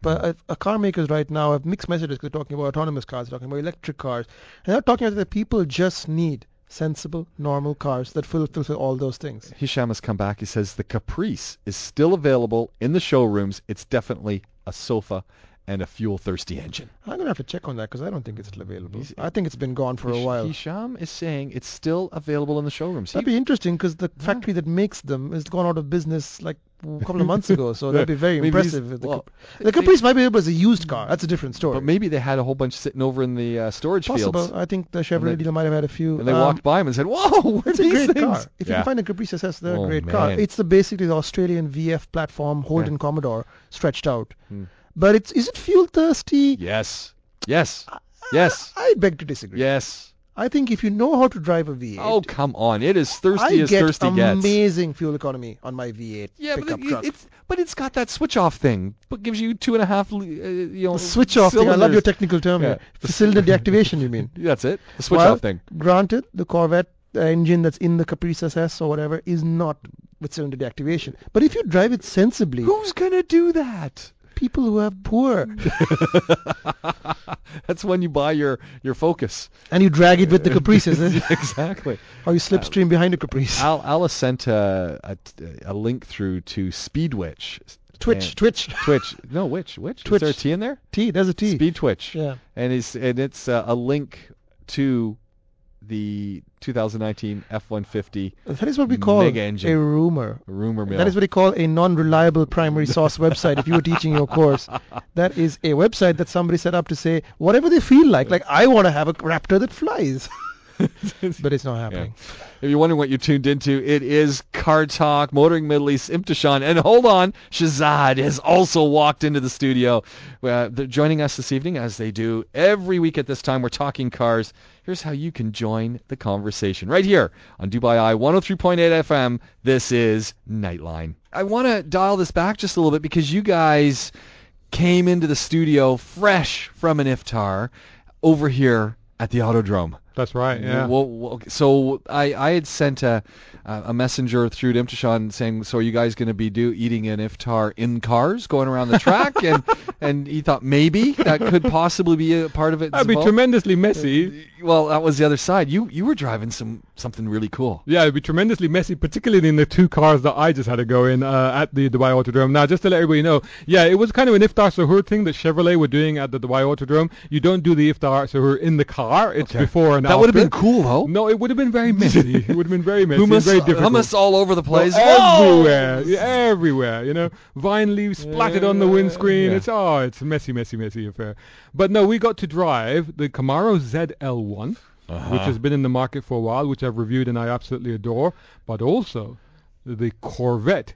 [SPEAKER 2] But uh, uh, car makers right now have mixed messages. 'cause They're talking about autonomous cars, they're talking about electric cars, and they're talking about that people just need sensible, normal cars that fill- fulfill all those things.
[SPEAKER 1] Hisham has come back. He says the Caprice is still available in the showrooms. It's definitely a sofa and a fuel thirsty engine.
[SPEAKER 2] I'm gonna have to check on that because I don't think it's still available.
[SPEAKER 1] He's-
[SPEAKER 2] I think it's been gone for a
[SPEAKER 1] Hish-
[SPEAKER 2] while.
[SPEAKER 1] Hisham is saying it's still available in the showrooms.
[SPEAKER 2] That'd
[SPEAKER 1] He-
[SPEAKER 2] be interesting because the factory that makes them has gone out of business like a couple of months ago. So that'd be very
[SPEAKER 1] Maybe he's-
[SPEAKER 2] impressive. if The,
[SPEAKER 1] well,
[SPEAKER 2] Cap- the Caprice might be able as a used car. That's a different story.
[SPEAKER 1] but maybe they had a whole bunch sitting over in the uh, storage
[SPEAKER 2] possible.
[SPEAKER 1] fields,
[SPEAKER 2] I think the
[SPEAKER 1] they-
[SPEAKER 2] Chevrolet dealer might have had a few.
[SPEAKER 1] and they
[SPEAKER 2] Um,
[SPEAKER 1] walked by him and said, "Whoa, where are
[SPEAKER 2] It's a
[SPEAKER 1] these
[SPEAKER 2] great
[SPEAKER 1] things?"
[SPEAKER 2] car. If you can find a Caprice SS, they're
[SPEAKER 1] Oh,
[SPEAKER 2] a great car.
[SPEAKER 1] man.
[SPEAKER 2] It's the basically the Australian VF platform Holden
[SPEAKER 1] Yeah.
[SPEAKER 2] Commodore stretched out.
[SPEAKER 1] Hmm.
[SPEAKER 2] But it's is it fuel thirsty?
[SPEAKER 1] yes, yes, yes,
[SPEAKER 2] I beg to disagree.
[SPEAKER 1] yes.
[SPEAKER 2] I think if you know how to drive a V8,
[SPEAKER 1] Oh come on! It is
[SPEAKER 2] I
[SPEAKER 1] thirsty as
[SPEAKER 2] get
[SPEAKER 1] thirsty gets.
[SPEAKER 2] amazing fuel economy on my V8
[SPEAKER 1] Yeah, but
[SPEAKER 2] pickup
[SPEAKER 1] it,
[SPEAKER 2] truck.
[SPEAKER 1] it's but it's got that switch off thing, but gives you two and a half, li- uh, you know,
[SPEAKER 2] The switch off thing. I love
[SPEAKER 1] cylinders.
[SPEAKER 2] your technical term
[SPEAKER 1] Yeah.
[SPEAKER 2] here. Cylinder deactivation, you mean?
[SPEAKER 1] That's it. The switch
[SPEAKER 2] Well,
[SPEAKER 1] off thing.
[SPEAKER 2] Granted, the Corvette uh, engine that's in the Caprice SS or whatever is not with cylinder deactivation. But if you drive it sensibly,
[SPEAKER 1] Who's gonna do that?
[SPEAKER 2] people who have poor
[SPEAKER 1] That's when you buy your your Focus.
[SPEAKER 2] and you drag it with the Caprice, is it?
[SPEAKER 1] exactly.
[SPEAKER 2] Or you slipstream behind a Caprice.
[SPEAKER 3] Ah,
[SPEAKER 1] Al Alice sent a, a a link through to Speedwitch.
[SPEAKER 2] twitch,
[SPEAKER 1] and-
[SPEAKER 2] twitch.
[SPEAKER 1] Twitch. No, which which? Is
[SPEAKER 2] Twitch.
[SPEAKER 1] there a T in there?
[SPEAKER 2] T, there's a T.
[SPEAKER 1] Speed Twitch.
[SPEAKER 2] Yeah.
[SPEAKER 1] And it's and it's uh, a link to the 2019 F150
[SPEAKER 2] That is what we call
[SPEAKER 1] Mega engine.
[SPEAKER 2] a rumor.
[SPEAKER 1] rumor mill.
[SPEAKER 2] That is what we call a non-reliable primary source website if you were teaching your course. That is a website that somebody set up to say whatever they feel like. Like, I want to have a raptor that flies. but it's not happening.
[SPEAKER 1] If you're wondering what you tuned into, it is Car Talk, Motoring Middle East, Imtishan. And hold on, Shazad has also walked into the studio. Uh, they're joining us this evening, as they do every week at this time. We're talking cars. Here's how you can join the conversation right here on Dubai oh I 103.8 FM. This is Nightline. I want to dial this back just a little bit because you guys came into the studio fresh from an iftar over here at the Autodrome.
[SPEAKER 3] That's right. Yeah.
[SPEAKER 1] Well, well, okay, so I, I had sent a a a messenger through to Imtishan saying, so are you guys going to be do eating an iftar in cars going around the track? and and he thought maybe that could possibly be a part of it.
[SPEAKER 3] That'd be
[SPEAKER 1] Zabal.
[SPEAKER 3] tremendously messy.
[SPEAKER 1] Well, that was the other side. You you were driving some something really cool.
[SPEAKER 3] Yeah, it'd be tremendously messy, particularly in the two cars that I just had to go in uh, at the Dubai Autodrome. Now, just to let everybody know, yeah, it was kind of an iftar suhoor thing that Chevrolet were doing at the Dubai Autodrome. You don't do the iftar suhoor in the car; it's
[SPEAKER 1] Okay.
[SPEAKER 3] before and
[SPEAKER 1] That
[SPEAKER 3] after.
[SPEAKER 1] would have been cool though.
[SPEAKER 3] No, it would have been very messy. it would have been very messy, and
[SPEAKER 1] hummus,
[SPEAKER 3] very difficult. oh,
[SPEAKER 1] hummus all over the place. Whoa!
[SPEAKER 3] everywhere, yeah, everywhere. You know, vine leaves splattered on the windscreen.
[SPEAKER 1] Yeah.
[SPEAKER 3] It's oh, it's a messy, messy, messy affair. But no, we got to drive the Camaro ZL1,
[SPEAKER 1] Uh-huh.
[SPEAKER 3] which has been in the market for a while, which I've reviewed and I absolutely adore. But also the Corvette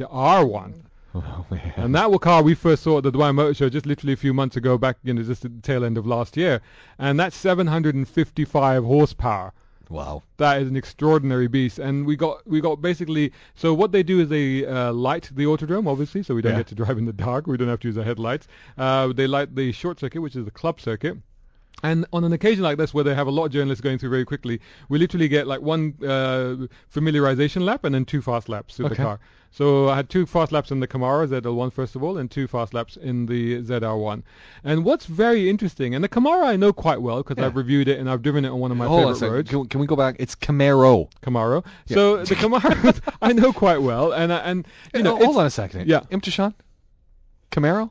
[SPEAKER 3] ZR1.
[SPEAKER 1] Oh, man.
[SPEAKER 3] And that car we first saw at the Dubai Motor Show just literally a few months ago, back you know, just at the tail end of last year. And that's 755 horsepower
[SPEAKER 1] Wow.
[SPEAKER 3] that is an extraordinary beast and we got we got basically so what they do is they uh, light the autodrome obviously so we don't
[SPEAKER 1] Yeah.
[SPEAKER 3] get to drive in the dark we don't have to use our headlights uh, they light the short circuit which is the club circuit and on an occasion like this, where they have a lot of journalists going through very quickly, we literally get like one uh, familiarization lap and then two fast laps through
[SPEAKER 1] Okay.
[SPEAKER 3] the car. So I had two fast laps in the Camaro ZL1 first of all, and two fast laps in the ZR1. And what's very interesting, and the Camaro I know quite well because
[SPEAKER 1] Yeah.
[SPEAKER 3] I've reviewed it and I've driven it on one of my
[SPEAKER 1] Hold on a
[SPEAKER 3] favorite
[SPEAKER 1] second.
[SPEAKER 3] roads.
[SPEAKER 1] Can, can we go back? It's Camaro.
[SPEAKER 3] Camaro. So the Camaro I know quite well, and I- and you know,
[SPEAKER 1] Oh, hold
[SPEAKER 3] it's-
[SPEAKER 1] on a second.
[SPEAKER 3] yeah.
[SPEAKER 1] Imtishan? Camaro?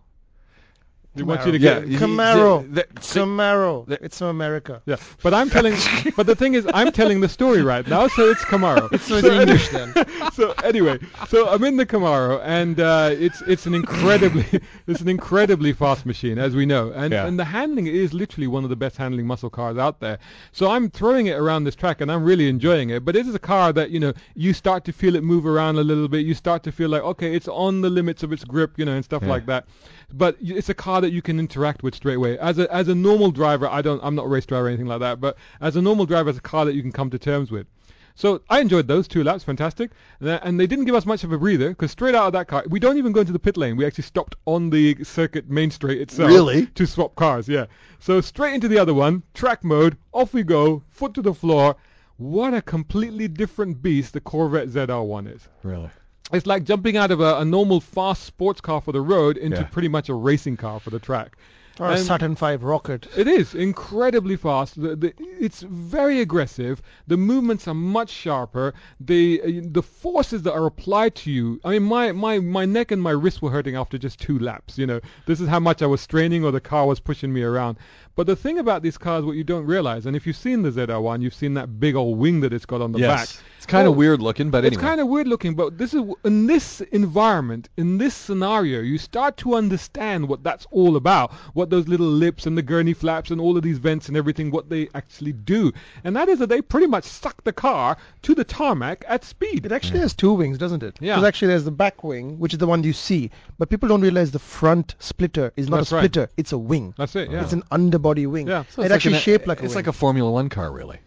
[SPEAKER 3] They want you to
[SPEAKER 2] Camaro.
[SPEAKER 3] get.
[SPEAKER 4] you-
[SPEAKER 2] Camaro.
[SPEAKER 4] the- the-
[SPEAKER 2] Camaro.
[SPEAKER 4] the-
[SPEAKER 2] It's from America.
[SPEAKER 3] Yeah, but I'm telling. but the thing is, I'm telling the story right now, so it's Camaro.
[SPEAKER 2] So it's English then.
[SPEAKER 3] so anyway, so I'm in the Camaro, and uh, it's it's an incredibly it's an incredibly fast machine, as we know, and
[SPEAKER 4] Yeah.
[SPEAKER 3] and the handling is literally one of the best handling muscle cars out there. So I'm throwing it around this track, and I'm really enjoying it. But it is a car that you know you start to feel it move around a little bit. You start to feel like okay, it's on the limits of its grip, you know, and stuff
[SPEAKER 4] Yeah.
[SPEAKER 3] like that. But y- it's a car that you can interact with straight away. As a as a normal driver, I don't I'm not a race driver or anything like that. But as a normal driver, it's a car that you can come to terms with. So I enjoyed those two laps, fantastic. And uh, and they didn't give us much of a breather because straight out of that car, we don't even go into the pit lane. We actually stopped on the circuit main straight itself.
[SPEAKER 1] Really?
[SPEAKER 3] To swap cars, yeah. So straight into the other one, track mode, off we go, foot to the floor. What a completely different beast the Corvette ZR1 is.
[SPEAKER 4] Really?
[SPEAKER 3] It's like jumping out of a, a normal fast sports car for the road into
[SPEAKER 4] Yeah.
[SPEAKER 3] pretty much a racing car for the track.
[SPEAKER 2] Or a
[SPEAKER 3] And-
[SPEAKER 2] Saturn V rocket.
[SPEAKER 3] it is incredibly fast. The, the, it's very aggressive. The movements are much sharper. The uh, the forces that are applied to you. I mean, my, my, my neck and my wrists were hurting after just two laps. You know, this is how much I was straining, or the car was pushing me around. But the thing about these cars, what you don't realize, and if you've seen the ZR1, you've seen that big old wing that it's got on the
[SPEAKER 4] Yes.
[SPEAKER 3] back.
[SPEAKER 4] It's kind
[SPEAKER 3] Oh,
[SPEAKER 4] of weird looking, but anyway.
[SPEAKER 3] It's kind of weird looking, but this is in this environment, in this scenario, you start to understand what that's all about, what those little lips and the gurney flaps and all of these vents and everything, what they actually do, and that is that they pretty much suck the car to the tarmac at speed.
[SPEAKER 2] It actually has two wings, doesn't it?
[SPEAKER 3] Yeah.
[SPEAKER 2] Because actually there's the back wing, which is the one you see, but people don't realize the front splitter is not
[SPEAKER 3] That's
[SPEAKER 2] a
[SPEAKER 3] right.
[SPEAKER 2] splitter, it's a wing.
[SPEAKER 3] That's it. Yeah.
[SPEAKER 2] It's an underbody wing.
[SPEAKER 3] Yeah. So
[SPEAKER 2] it
[SPEAKER 4] like
[SPEAKER 2] actually
[SPEAKER 4] an-
[SPEAKER 2] shaped like a
[SPEAKER 4] It's
[SPEAKER 2] wing.
[SPEAKER 4] like a Formula One car, really.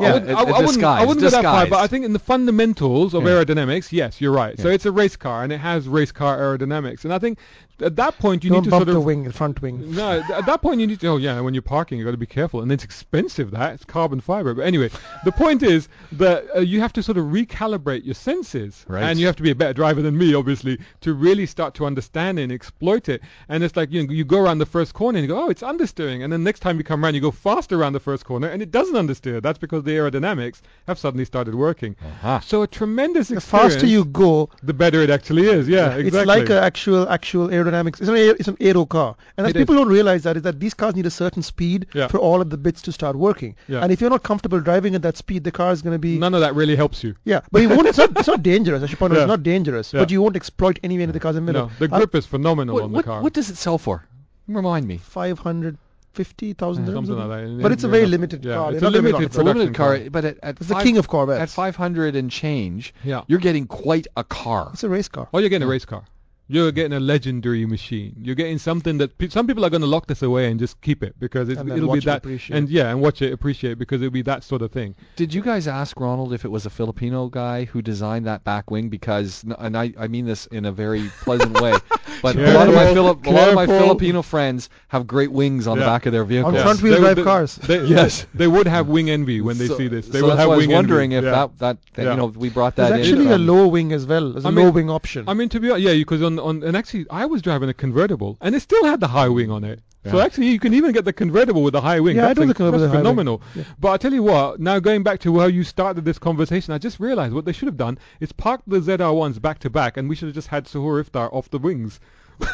[SPEAKER 3] I
[SPEAKER 4] Yeah.
[SPEAKER 3] wouldn't, I,
[SPEAKER 4] Uh, uh,
[SPEAKER 3] I wouldn't, I
[SPEAKER 4] disguised,
[SPEAKER 3] wouldn't go that far,
[SPEAKER 4] disguised.
[SPEAKER 3] but I think in the fundamentals of
[SPEAKER 4] Yeah.
[SPEAKER 3] aerodynamics, yes, you're right. So
[SPEAKER 4] Yeah.
[SPEAKER 3] it's a race car, and it has race car aerodynamics. And I think at that point you
[SPEAKER 2] don't
[SPEAKER 3] need to
[SPEAKER 2] bump
[SPEAKER 3] sort of
[SPEAKER 2] the wing, the front wing.
[SPEAKER 3] No, th- at that point you need to. Oh yeah, when you're parking, you got to be careful, and it's expensive. That it's carbon fiber. But anyway, the point is that uh, you have to sort of recalibrate your senses,
[SPEAKER 4] Right.
[SPEAKER 3] and you have to be a better driver than me, obviously, to really start to understand and exploit it. And it's like you know, you go around the first corner and you go, oh, it's understeering, and then next time you come around, you go faster around the first corner, and it doesn't understeer. That's because the aerodynamics have suddenly started working.
[SPEAKER 4] Uh-huh.
[SPEAKER 3] So a tremendous
[SPEAKER 2] The
[SPEAKER 3] experience.
[SPEAKER 2] faster you go,
[SPEAKER 3] the better it actually is. Yeah, exactly.
[SPEAKER 2] It's like an actual actual aerodynamics. It's an aer- it's an aero car, and as
[SPEAKER 3] It is.
[SPEAKER 2] people don't realize that is that these cars need a certain speed
[SPEAKER 3] Yeah.
[SPEAKER 2] for all of the bits to start working.
[SPEAKER 3] Yeah.
[SPEAKER 2] And if you're not comfortable driving at that speed, the car is going to be
[SPEAKER 3] None of that really helps you.
[SPEAKER 2] yeah. But it won't. It's not. It's not dangerous. I should point out
[SPEAKER 3] Yeah.
[SPEAKER 2] it's not dangerous.
[SPEAKER 3] Yeah.
[SPEAKER 2] But you won't exploit any of the cars in the middle.
[SPEAKER 3] No, the grip is phenomenal
[SPEAKER 4] What,
[SPEAKER 3] on the
[SPEAKER 4] what,
[SPEAKER 3] car.
[SPEAKER 4] what does it sell for? Remind me.
[SPEAKER 2] Five hundred fifty thousand.
[SPEAKER 3] something like that.
[SPEAKER 2] But it's a
[SPEAKER 3] Yeah,
[SPEAKER 2] very
[SPEAKER 3] yeah.
[SPEAKER 2] limited
[SPEAKER 3] Yeah,
[SPEAKER 2] car.
[SPEAKER 3] it's
[SPEAKER 2] They're
[SPEAKER 3] a
[SPEAKER 2] not gonna be
[SPEAKER 3] limited
[SPEAKER 2] lot
[SPEAKER 4] It's a limited car,
[SPEAKER 3] production
[SPEAKER 4] but at, at
[SPEAKER 2] It's the
[SPEAKER 4] five-
[SPEAKER 2] king of
[SPEAKER 4] at
[SPEAKER 2] Corvettes.
[SPEAKER 4] 500 and change,
[SPEAKER 3] Yeah.
[SPEAKER 4] you're getting quite a car.
[SPEAKER 2] It's a race car.
[SPEAKER 3] Or Oh, you're getting a race car. You're getting a legendary machine. You're getting something that pe- some people are going to lock this away and just keep it because it's,
[SPEAKER 2] And then
[SPEAKER 3] it'll
[SPEAKER 2] watch
[SPEAKER 3] be
[SPEAKER 2] it
[SPEAKER 3] that.
[SPEAKER 2] appreciate.
[SPEAKER 3] And yeah, and watch it appreciate because it'll be that sort of thing.
[SPEAKER 4] Did you guys ask Ronald if it was a Filipino guy who designed that back wing? Because, and I, I mean this in a very pleasant way, but a lot of my
[SPEAKER 3] Careful,
[SPEAKER 4] Filip, a lot of my
[SPEAKER 3] careful.
[SPEAKER 4] Filipino friends have great wings on the
[SPEAKER 3] Yeah.
[SPEAKER 4] back of their vehicles.
[SPEAKER 2] On front wheel
[SPEAKER 3] They would-
[SPEAKER 2] drive
[SPEAKER 3] they-
[SPEAKER 2] cars.
[SPEAKER 3] They,
[SPEAKER 4] Yes.
[SPEAKER 3] they would have wing envy when they
[SPEAKER 4] So-
[SPEAKER 3] see this. They
[SPEAKER 4] so
[SPEAKER 3] would
[SPEAKER 4] that's
[SPEAKER 3] have
[SPEAKER 4] why I was
[SPEAKER 3] wing envy.
[SPEAKER 4] wondering if
[SPEAKER 3] Yeah.
[SPEAKER 4] that, that, that
[SPEAKER 3] Yeah.
[SPEAKER 4] you know we brought
[SPEAKER 2] There's
[SPEAKER 4] that in. um,
[SPEAKER 2] actually a
[SPEAKER 4] from-
[SPEAKER 2] low wing as well. There's a
[SPEAKER 3] I mean-
[SPEAKER 2] low wing option.
[SPEAKER 3] I mean, to be honest, yeah, because on, on and actually, I was driving a convertible, and it still had the high wing on it. So
[SPEAKER 4] Yeah.
[SPEAKER 3] actually, you can even get the convertible with the high wing.
[SPEAKER 2] Yeah, I
[SPEAKER 3] that's
[SPEAKER 2] drove the
[SPEAKER 3] inc-
[SPEAKER 2] convertible
[SPEAKER 3] that's
[SPEAKER 2] with the high wing.
[SPEAKER 3] phenomenal. But I tell you what, now going back to where you started this conversation, I just realised what they should have done is park the ZR ones back to back, and we should have just had Suhoor Iftar off the wings.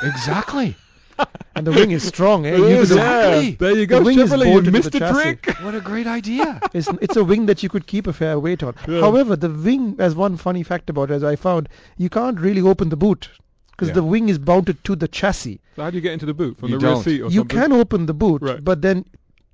[SPEAKER 4] Exactly.
[SPEAKER 2] and the wing is strong. Eh? You
[SPEAKER 3] Yes,
[SPEAKER 2] could-
[SPEAKER 4] exactly.
[SPEAKER 3] yeah. There you
[SPEAKER 2] The
[SPEAKER 3] go,
[SPEAKER 2] wing is
[SPEAKER 3] Chevrolet. You
[SPEAKER 2] bolted to
[SPEAKER 3] missed
[SPEAKER 2] the
[SPEAKER 3] a
[SPEAKER 2] chassis.
[SPEAKER 3] trick.
[SPEAKER 4] What a great idea.
[SPEAKER 2] It's, it's a wing that you could keep a fair weight on.
[SPEAKER 3] Yeah.
[SPEAKER 2] However, the wing, as one funny fact about it, as I found, you can't really open the boot because
[SPEAKER 4] Yeah.
[SPEAKER 2] the wing is mounted to the chassis.
[SPEAKER 3] So how do you get into the boot from
[SPEAKER 4] You
[SPEAKER 3] the rear
[SPEAKER 4] don't.
[SPEAKER 3] seat or
[SPEAKER 2] You
[SPEAKER 3] something?
[SPEAKER 2] can open the boot,
[SPEAKER 3] Right.
[SPEAKER 2] but then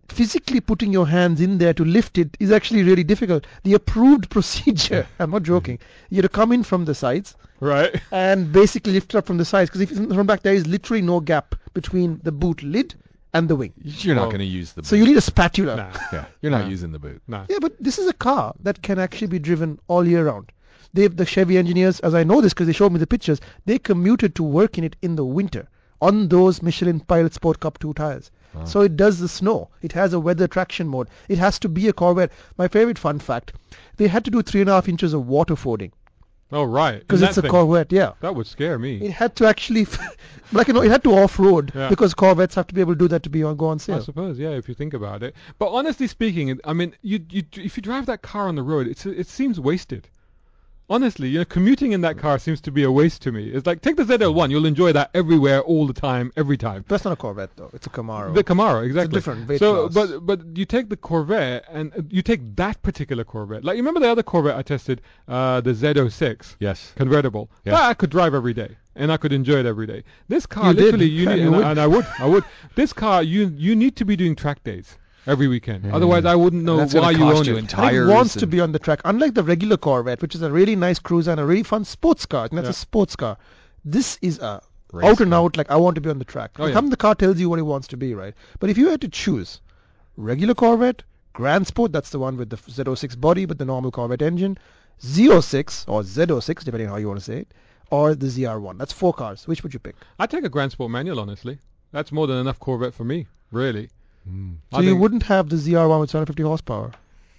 [SPEAKER 2] physically putting your hands in there to lift it is actually really difficult. The approved procedure, I'm not joking, you had to come in from the sides
[SPEAKER 3] right?
[SPEAKER 2] and basically lift it up from the sides because if it's from back, there is literally no gap between the boot lid and the wing.
[SPEAKER 4] You're not
[SPEAKER 3] Well,
[SPEAKER 4] going to use the boot.
[SPEAKER 2] So you need a spatula.
[SPEAKER 3] Nah,
[SPEAKER 4] yeah, you're not
[SPEAKER 3] Nah.
[SPEAKER 4] using the boot.
[SPEAKER 3] nah.
[SPEAKER 2] Yeah, but this is a car that can actually be driven all year round. They, the Chevy engineers, as I know this because they showed me the pictures, they commuted to work in it in the winter on those Michelin Pilot Sport Cup 2 tires. So it does the snow. It has a weather traction mode. It has to be a Corvette. My favorite fun fact, they had to do three and a half inches of water fording
[SPEAKER 3] Oh right,
[SPEAKER 2] because
[SPEAKER 3] And
[SPEAKER 2] it's a
[SPEAKER 3] that thing.
[SPEAKER 2] Corvette, yeah.
[SPEAKER 3] That would scare me.
[SPEAKER 2] It had to actually, like you know, it had to off-road
[SPEAKER 3] Yeah.
[SPEAKER 2] because Corvettes have to be able to do that to be on go on
[SPEAKER 3] I
[SPEAKER 2] sale.
[SPEAKER 3] suppose, yeah, if you think about it. But honestly speaking, it- I mean, you, you if you drive that car on the road, it's it seems wasted. honestly, you know, commuting in that
[SPEAKER 2] Mm.
[SPEAKER 3] car seems to be a waste to me. It's like take the ZL1, you'll enjoy that everywhere, all the time, every time.
[SPEAKER 2] That's not a Corvette though. It's a Camaro.
[SPEAKER 3] The Camaro, exactly.
[SPEAKER 2] different weight
[SPEAKER 3] so,
[SPEAKER 2] class.
[SPEAKER 3] but but you take the Corvette and uh, you take that particular Corvette. Like you remember the other Corvette I tested, uh, the Z06
[SPEAKER 1] Yes.
[SPEAKER 3] convertible.
[SPEAKER 1] Yeah.
[SPEAKER 3] That I could drive every day, and I could enjoy it every day. This car,
[SPEAKER 2] You did.
[SPEAKER 3] literally, you need,
[SPEAKER 2] You
[SPEAKER 3] and,
[SPEAKER 2] would.
[SPEAKER 3] I, and I would, I would. This car, you you need to be doing track days every weekend. Otherwise, I wouldn't know
[SPEAKER 1] That's
[SPEAKER 3] why
[SPEAKER 1] gonna
[SPEAKER 3] you
[SPEAKER 1] cost
[SPEAKER 3] own
[SPEAKER 1] you
[SPEAKER 3] it.
[SPEAKER 1] in
[SPEAKER 2] And
[SPEAKER 1] tires.
[SPEAKER 2] it wants to
[SPEAKER 1] and-
[SPEAKER 2] be on the track, unlike the regular Corvette, which is a really nice cruiser and a really fun sports car. And that's
[SPEAKER 3] Yeah.
[SPEAKER 2] a sports car. This is a
[SPEAKER 1] Race
[SPEAKER 2] out and
[SPEAKER 1] car.
[SPEAKER 2] out like I want to be on the track.
[SPEAKER 3] Oh,
[SPEAKER 2] The
[SPEAKER 3] yeah.
[SPEAKER 2] Come, the car tells you what it wants to be, right? But if you had to choose, regular Corvette, Grand Sport, that's the one with the f- Z06 body but the normal Corvette engine, Z06 or Z06 depending on how you want to say it, or the ZR1. That's four cars. Which would you pick?
[SPEAKER 3] I take a Grand Sport manual, honestly. That's more than enough Corvette for me, really. I
[SPEAKER 1] Mm.
[SPEAKER 2] So you
[SPEAKER 3] think-
[SPEAKER 2] wouldn't have the ZR1 with 750 horsepower.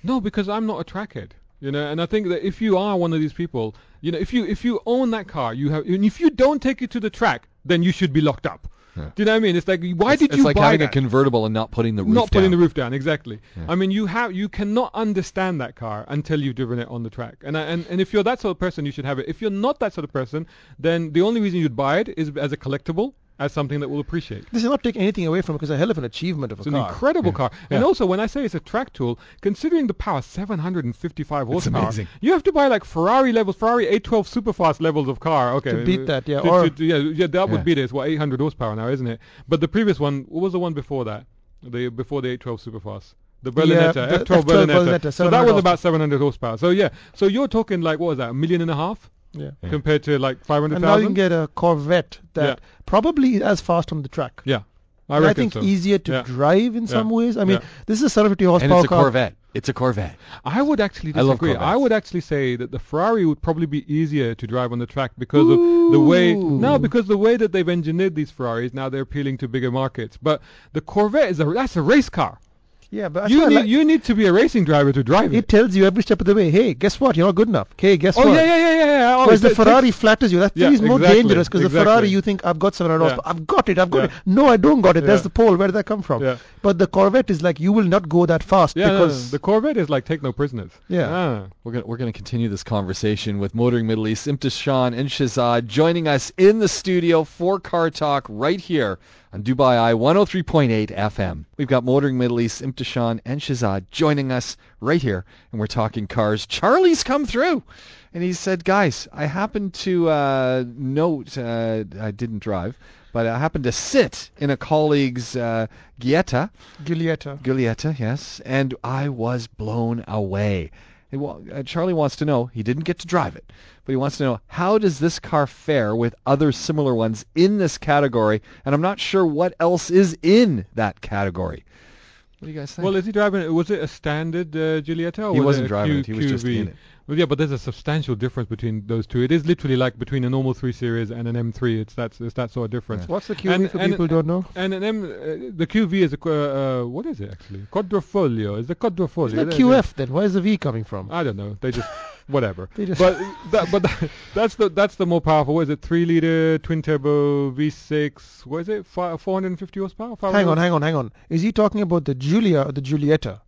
[SPEAKER 3] No, because I'm not a trackhead. You know, and I think that if you are one of these people, you know, if you if you own that car, you have, and if you don't take it to the track, then you should be locked up.
[SPEAKER 1] Yeah.
[SPEAKER 3] Do you know what I mean? It's like, why
[SPEAKER 1] it's,
[SPEAKER 3] did
[SPEAKER 1] it's
[SPEAKER 3] you
[SPEAKER 1] like
[SPEAKER 3] buy
[SPEAKER 1] having
[SPEAKER 3] that?
[SPEAKER 1] a convertible and not putting the roof
[SPEAKER 3] not
[SPEAKER 1] down.
[SPEAKER 3] putting the roof down exactly
[SPEAKER 1] Yeah.
[SPEAKER 3] i mean you have you cannot understand that car until you've driven it on the track and, I- and and if you're that sort of person you should have it if you're not that sort of person then the only reason you'd buy it is as a collectible as something that will appreciate
[SPEAKER 2] This is not taking anything away from it because a hell of an achievement of a
[SPEAKER 3] it's an
[SPEAKER 2] car.
[SPEAKER 3] incredible car and
[SPEAKER 1] Yeah.
[SPEAKER 3] also when i say it's a track tool considering the power 755 horsepower
[SPEAKER 1] amazing.
[SPEAKER 3] you have to buy like ferrari levels ferrari 812 superfast levels of car okay
[SPEAKER 2] To beat that, yeah,
[SPEAKER 3] to-
[SPEAKER 2] or-
[SPEAKER 3] to- to- yeah, yeah that
[SPEAKER 1] Yeah.
[SPEAKER 3] would beat it it's what 800 horsepower now isn't it but the previous one what was the one before that the before the 812 superfast the Berlinetta,
[SPEAKER 2] the
[SPEAKER 3] F12,
[SPEAKER 2] F12
[SPEAKER 3] Berlinetta.
[SPEAKER 2] Berlinetta,
[SPEAKER 3] So that
[SPEAKER 2] 700
[SPEAKER 3] was about 700 horsepower. So yeah, so you're talking like what was that, a million and a half
[SPEAKER 2] Yeah.
[SPEAKER 1] Yeah.
[SPEAKER 3] compared to like
[SPEAKER 2] And now you can
[SPEAKER 3] 500,000?
[SPEAKER 2] get a Corvette that
[SPEAKER 3] Yeah.
[SPEAKER 2] probably is as fast on the track.
[SPEAKER 3] Yeah, I
[SPEAKER 2] And
[SPEAKER 3] reckon
[SPEAKER 2] think
[SPEAKER 3] so.
[SPEAKER 2] easier to
[SPEAKER 3] Yeah.
[SPEAKER 2] drive in some ways. I mean,
[SPEAKER 3] Yeah.
[SPEAKER 2] this is a 750
[SPEAKER 1] and
[SPEAKER 2] horsepower
[SPEAKER 1] it's a
[SPEAKER 2] car.
[SPEAKER 1] Corvette. It's a Corvette.
[SPEAKER 3] I would actually
[SPEAKER 1] I love
[SPEAKER 3] disagree. I,
[SPEAKER 1] Corvettes.
[SPEAKER 3] would actually say that the Ferrari would probably be easier to drive on the track because of the way no, because the way that they've engineered these Ferraris now they're appealing to bigger markets. But the Corvette is a that's a race car.
[SPEAKER 2] Yeah, but that's
[SPEAKER 3] you
[SPEAKER 2] why I
[SPEAKER 3] need
[SPEAKER 2] like-
[SPEAKER 3] you need to be a racing driver to drive
[SPEAKER 2] it
[SPEAKER 3] it.
[SPEAKER 2] tells you every step of the way. Hey, guess what? You're not good enough. Hey, guess
[SPEAKER 3] oh
[SPEAKER 2] what?
[SPEAKER 3] yeah yeah yeah yeah yeah. Oh,
[SPEAKER 2] Whereas
[SPEAKER 3] it-
[SPEAKER 2] the
[SPEAKER 3] it takes-
[SPEAKER 2] Ferrari flatters you. That
[SPEAKER 3] Yeah,
[SPEAKER 2] thing is more
[SPEAKER 3] exactly,
[SPEAKER 2] dangerous because the
[SPEAKER 3] exactly.
[SPEAKER 2] Ferrari, you think I've got 700
[SPEAKER 3] Yeah.
[SPEAKER 2] horsepower. I've got it. I've got
[SPEAKER 3] Yeah.
[SPEAKER 2] it. No, I don't got it.
[SPEAKER 3] Yeah.
[SPEAKER 2] There's the pole. Where did that come from?
[SPEAKER 3] Yeah.
[SPEAKER 2] But the Corvette is like you will not go that fast
[SPEAKER 3] yeah, no, no,
[SPEAKER 2] because
[SPEAKER 3] the Corvette is like take no prisoners.
[SPEAKER 2] Yeah.
[SPEAKER 3] Ah.
[SPEAKER 1] We're gonna we're gonna continue this conversation with Motoring Middle East, Imtishan and Shazad joining us in the studio for Car Talk right here on Dubai oh I 103.8 FM. We've got Motoring Middle East, Imtishan and Shazad joining us right here, and we're talking cars. Charlie's come through, and he said, "Guys, I happened to uh, note uh, I didn't drive, but I happened to sit in a colleague's uh, Gietta."
[SPEAKER 2] Giulietta.
[SPEAKER 1] Giulietta, yes, and I was blown away. He wa- uh, Charlie wants to know, he didn't get to drive it, but he wants to know, how does this car fare with other similar ones in this category? And I'm not sure what else is in that category. What do you guys think?
[SPEAKER 3] Well, is he driving? it- Was it a standard uh, Giulietta? Or
[SPEAKER 1] He
[SPEAKER 3] was
[SPEAKER 1] wasn't
[SPEAKER 3] it a
[SPEAKER 1] driving
[SPEAKER 3] Q-
[SPEAKER 1] it, he was just
[SPEAKER 3] QV?
[SPEAKER 1] in it.
[SPEAKER 3] Well, yeah, but there's a substantial difference between those two. It is literally like between a normal three series and an M3. It's that it's that sort of difference.
[SPEAKER 2] What's the QV
[SPEAKER 3] And-
[SPEAKER 2] for
[SPEAKER 3] and-
[SPEAKER 2] people who don't know?
[SPEAKER 3] And an M, uh, the QV is a qu- uh, uh, what is it actually? Quadrifoglio is the quadrifoglio.
[SPEAKER 2] It's the
[SPEAKER 3] There-
[SPEAKER 2] QF then. Where's the V coming from?
[SPEAKER 3] there- I don't know. They just whatever.
[SPEAKER 2] They just-
[SPEAKER 3] Uh, but that, but that, that's the that's the more powerful. What is it? Three liter twin turbo V6. What is it? Fi 450 horsepower.
[SPEAKER 2] Hang on, hang on, hang on. Is he talking about the Julia or the Giulietta?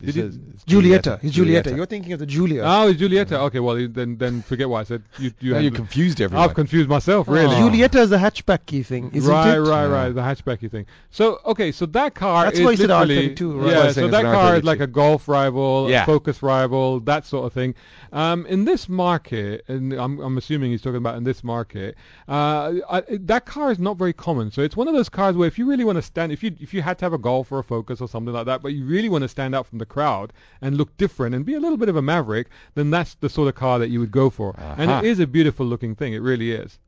[SPEAKER 1] He
[SPEAKER 3] did he-
[SPEAKER 1] says it's
[SPEAKER 2] Giulietta. It's Giulietta. You're thinking of the Julia.
[SPEAKER 3] Oh, it's Giulietta. Okay, well then then forget what I said. You you
[SPEAKER 1] Now you
[SPEAKER 3] handle it.
[SPEAKER 1] confused everyone.
[SPEAKER 3] I've confused myself, really.
[SPEAKER 1] Oh.
[SPEAKER 2] Giulietta is the hatchback key thing, isn't
[SPEAKER 3] right,
[SPEAKER 2] it?
[SPEAKER 3] right,
[SPEAKER 1] Yeah.
[SPEAKER 3] right. The hatchbacky thing. So okay, so that car
[SPEAKER 2] That's
[SPEAKER 3] is
[SPEAKER 2] why you said
[SPEAKER 3] literally-
[SPEAKER 2] R32, right?
[SPEAKER 3] Yeah,
[SPEAKER 1] That's why I
[SPEAKER 3] so
[SPEAKER 1] was saying
[SPEAKER 3] that
[SPEAKER 1] it's an
[SPEAKER 3] car is
[SPEAKER 1] R32.
[SPEAKER 3] like a golf rival,
[SPEAKER 1] Yeah.
[SPEAKER 3] a Focus rival, that sort of thing. Um, in this market, and I'm, I'm assuming he's talking about in this market, uh, I, that car is not very common. So it's one of those cars where if you really want to stand, if you if you had to have a golf or a Focus or something like that, but you really want to stand out from the crowd and look different and be a little bit of a maverick, then that's the sort of car that you would go for. And
[SPEAKER 1] Aha.
[SPEAKER 3] it is a beautiful looking thing. It really is.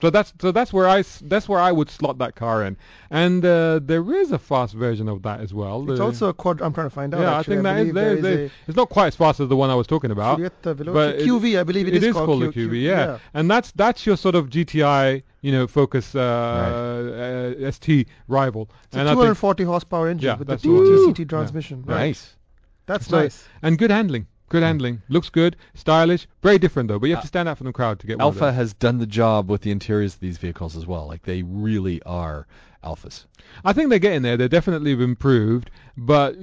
[SPEAKER 3] So that's so that's where I s- that's where I would slot that car in, and uh, there is a fast version of that as well.
[SPEAKER 2] It's
[SPEAKER 3] The-
[SPEAKER 2] also a quad. I'm trying to find out.
[SPEAKER 3] yeah,
[SPEAKER 2] actually.
[SPEAKER 3] I think that is,
[SPEAKER 2] believe there
[SPEAKER 3] there,
[SPEAKER 2] is
[SPEAKER 3] there- it's not quite as fast as the one I was talking
[SPEAKER 2] a
[SPEAKER 3] about.
[SPEAKER 2] Giulietta Veloce.
[SPEAKER 3] but it-
[SPEAKER 2] QV, I believe
[SPEAKER 3] it is
[SPEAKER 2] called,
[SPEAKER 3] called a
[SPEAKER 2] Q-
[SPEAKER 3] QV, yeah. and that's that's your sort of GTI, you know, Focus uh, uh, ST rival.
[SPEAKER 2] It's a
[SPEAKER 3] and I think-
[SPEAKER 2] 240 horsepower engine
[SPEAKER 3] Yeah,
[SPEAKER 2] with the
[SPEAKER 3] that's the one, yeah.
[SPEAKER 2] TCT transmission. Right.
[SPEAKER 1] Nice.
[SPEAKER 2] That's
[SPEAKER 3] So-
[SPEAKER 2] nice.
[SPEAKER 3] and good handling, good handling, looks good, stylish, very different though. But you have
[SPEAKER 1] Uh,
[SPEAKER 3] to stand out from the crowd to get one of
[SPEAKER 1] Alpha
[SPEAKER 3] them.
[SPEAKER 1] has done the job with the interiors of these vehicles as well. Like they really are alphas.
[SPEAKER 3] I think they're getting there. They're definitely improved, but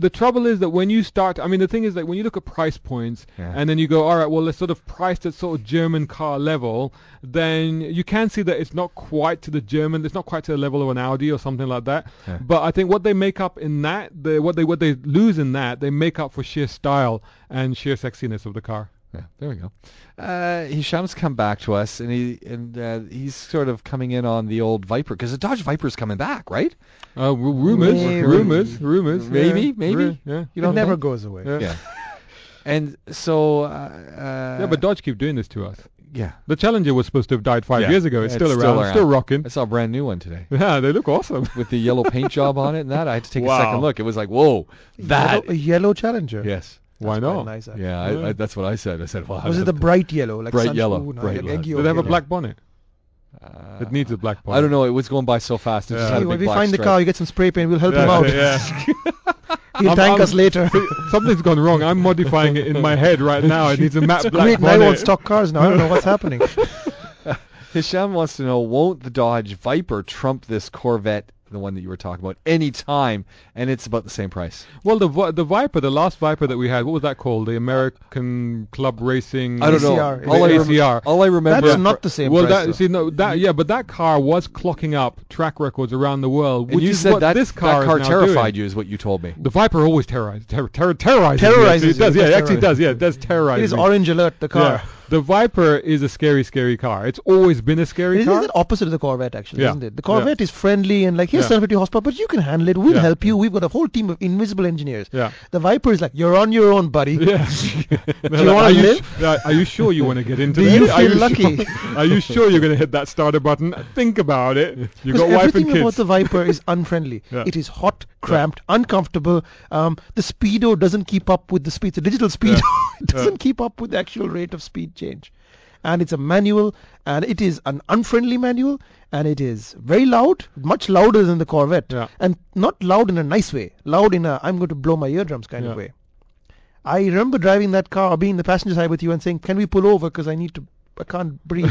[SPEAKER 3] the trouble is that when you start, I mean, the thing is that when you look at price points,
[SPEAKER 1] Yeah.
[SPEAKER 3] and then you go, all right, well, let's sort of price at sort of German car level, then you can see that it's not quite to the German, it's not quite to the level of an Audi or something like that.
[SPEAKER 1] Yeah.
[SPEAKER 3] But I think what they make up in that, the, what they what they lose in that, they make up for sheer style and sheer sexiness of the car.
[SPEAKER 1] Yeah, there we go. Uh, Hisham's come back to us, and he and uh, he's sort of coming in on the old Viper because the Dodge Viper's coming back, right?
[SPEAKER 3] Uh, w- rumors,
[SPEAKER 2] Maybe.
[SPEAKER 3] rumors, rumors. yeah.
[SPEAKER 1] Maybe, maybe.
[SPEAKER 3] Ru- Yeah.
[SPEAKER 2] It
[SPEAKER 1] don't
[SPEAKER 2] never
[SPEAKER 1] think?
[SPEAKER 2] goes away.
[SPEAKER 3] Yeah.
[SPEAKER 1] Yeah. and so, uh, uh,
[SPEAKER 3] Yeah, but Dodge keep doing this to us.
[SPEAKER 1] yeah,
[SPEAKER 3] The Challenger was supposed to have died five
[SPEAKER 1] Yeah.
[SPEAKER 3] years ago.
[SPEAKER 1] It's
[SPEAKER 3] It's, still,
[SPEAKER 1] still
[SPEAKER 3] around,
[SPEAKER 1] around.
[SPEAKER 3] still rocking.
[SPEAKER 1] I saw a brand new one today
[SPEAKER 3] Yeah, they look awesome.
[SPEAKER 1] with the yellow paint job on it, and that I had to take a second
[SPEAKER 3] Wow.
[SPEAKER 1] look. It was like, whoa, that.
[SPEAKER 2] yellow, a yellow Challenger.
[SPEAKER 1] Yes.
[SPEAKER 2] That's
[SPEAKER 3] Why
[SPEAKER 2] quite
[SPEAKER 3] not?
[SPEAKER 2] Nice, actually.
[SPEAKER 1] Yeah, I, I, that's what I said. I said, wow.
[SPEAKER 2] Was it the bright yellow, like
[SPEAKER 1] Bright
[SPEAKER 2] sun-
[SPEAKER 1] yellow,
[SPEAKER 2] ooh, no,
[SPEAKER 1] bright
[SPEAKER 2] like
[SPEAKER 1] yellow.
[SPEAKER 2] eggy
[SPEAKER 3] Did they have a
[SPEAKER 2] yellow.
[SPEAKER 3] black bonnet?
[SPEAKER 1] Uh,
[SPEAKER 3] It needs a black bonnet.
[SPEAKER 1] I don't know. It was going by so fast. It just
[SPEAKER 3] Yeah.
[SPEAKER 1] had
[SPEAKER 2] Hey,
[SPEAKER 1] a
[SPEAKER 2] when
[SPEAKER 1] big
[SPEAKER 2] we
[SPEAKER 1] black
[SPEAKER 2] find the
[SPEAKER 1] stripe.
[SPEAKER 2] car, you get some spray paint. We'll help him
[SPEAKER 3] Yeah,
[SPEAKER 2] out.
[SPEAKER 3] yeah.
[SPEAKER 2] He'll
[SPEAKER 3] I'm-
[SPEAKER 2] thank
[SPEAKER 3] I'm-
[SPEAKER 2] us later.
[SPEAKER 3] Something's gone wrong. I'm modifying it in my head right now. It needs a matte black
[SPEAKER 2] Great, now I
[SPEAKER 3] bonnet.
[SPEAKER 2] won't stock cars now. I don't know what's happening.
[SPEAKER 1] Hisham wants to know, won't the Dodge Viper trump this Corvette, the one that you were talking about, any time? And it's about the same price.
[SPEAKER 3] Well, the Vi- the Viper, the last Viper that we had, what was that called? The American Club Racing.
[SPEAKER 1] I don't
[SPEAKER 2] ACR.
[SPEAKER 1] know. All I, rem-
[SPEAKER 3] ACR.
[SPEAKER 1] all I remember.
[SPEAKER 2] That's not the same
[SPEAKER 3] Well,
[SPEAKER 2] price.
[SPEAKER 3] that,
[SPEAKER 2] though.
[SPEAKER 3] see, no, that yeah, but that car was clocking up track records around the world.
[SPEAKER 1] and
[SPEAKER 3] Which
[SPEAKER 1] you
[SPEAKER 3] is
[SPEAKER 1] said
[SPEAKER 3] what
[SPEAKER 1] that
[SPEAKER 3] this car,
[SPEAKER 1] that car
[SPEAKER 3] is now
[SPEAKER 1] terrified
[SPEAKER 3] doing.
[SPEAKER 1] you, is what you told me.
[SPEAKER 3] The Viper always terrorizes, terror, terror, terrorizes,
[SPEAKER 2] Terrorizes
[SPEAKER 3] me.
[SPEAKER 2] you.
[SPEAKER 3] It does, yeah, it actually
[SPEAKER 2] Terrorizes
[SPEAKER 3] does, yeah, it does terrorize.
[SPEAKER 2] it is
[SPEAKER 3] me.
[SPEAKER 2] orange alert, the car.
[SPEAKER 3] Yeah. The Viper is a scary, scary car. It's always been a scary
[SPEAKER 2] It is
[SPEAKER 3] car.
[SPEAKER 2] the opposite of the Corvette, actually,
[SPEAKER 3] Yeah.
[SPEAKER 2] isn't it? The Corvette is friendly and like, here's
[SPEAKER 3] Yeah.
[SPEAKER 2] 750 horsepower, but you can handle it. We'll
[SPEAKER 3] Yeah.
[SPEAKER 2] help you. We've got a whole team of invisible engineers.
[SPEAKER 3] Yeah.
[SPEAKER 2] The Viper is like, you're on your own, buddy.
[SPEAKER 3] Yeah.
[SPEAKER 2] Do you
[SPEAKER 3] are,
[SPEAKER 2] want to
[SPEAKER 3] you,
[SPEAKER 2] live?
[SPEAKER 3] yeah, are you sure you want to get into
[SPEAKER 2] Do
[SPEAKER 3] this?
[SPEAKER 2] you
[SPEAKER 3] are
[SPEAKER 2] feel lucky?
[SPEAKER 3] Sure, are you sure you're going to hit that starter button? Think about it. You
[SPEAKER 2] Because
[SPEAKER 3] got wife and
[SPEAKER 2] everything about
[SPEAKER 3] kids.
[SPEAKER 2] the Viper is unfriendly.
[SPEAKER 3] Yeah.
[SPEAKER 2] It is hot, cramped, uncomfortable. Um, the speedo doesn't keep up with the speed. The digital speedo it doesn't keep up with the actual rate of speed change. And it's a manual, and it is an unfriendly manual, and it is very loud, much louder than the Corvette,
[SPEAKER 3] Yeah.
[SPEAKER 2] and not loud in a nice way. Loud in a I'm going to blow my eardrums kind
[SPEAKER 3] Yeah.
[SPEAKER 2] of way. I remember driving that car, being in the passenger side with you, and saying, "Can we pull over? Because I need to, I can't breathe."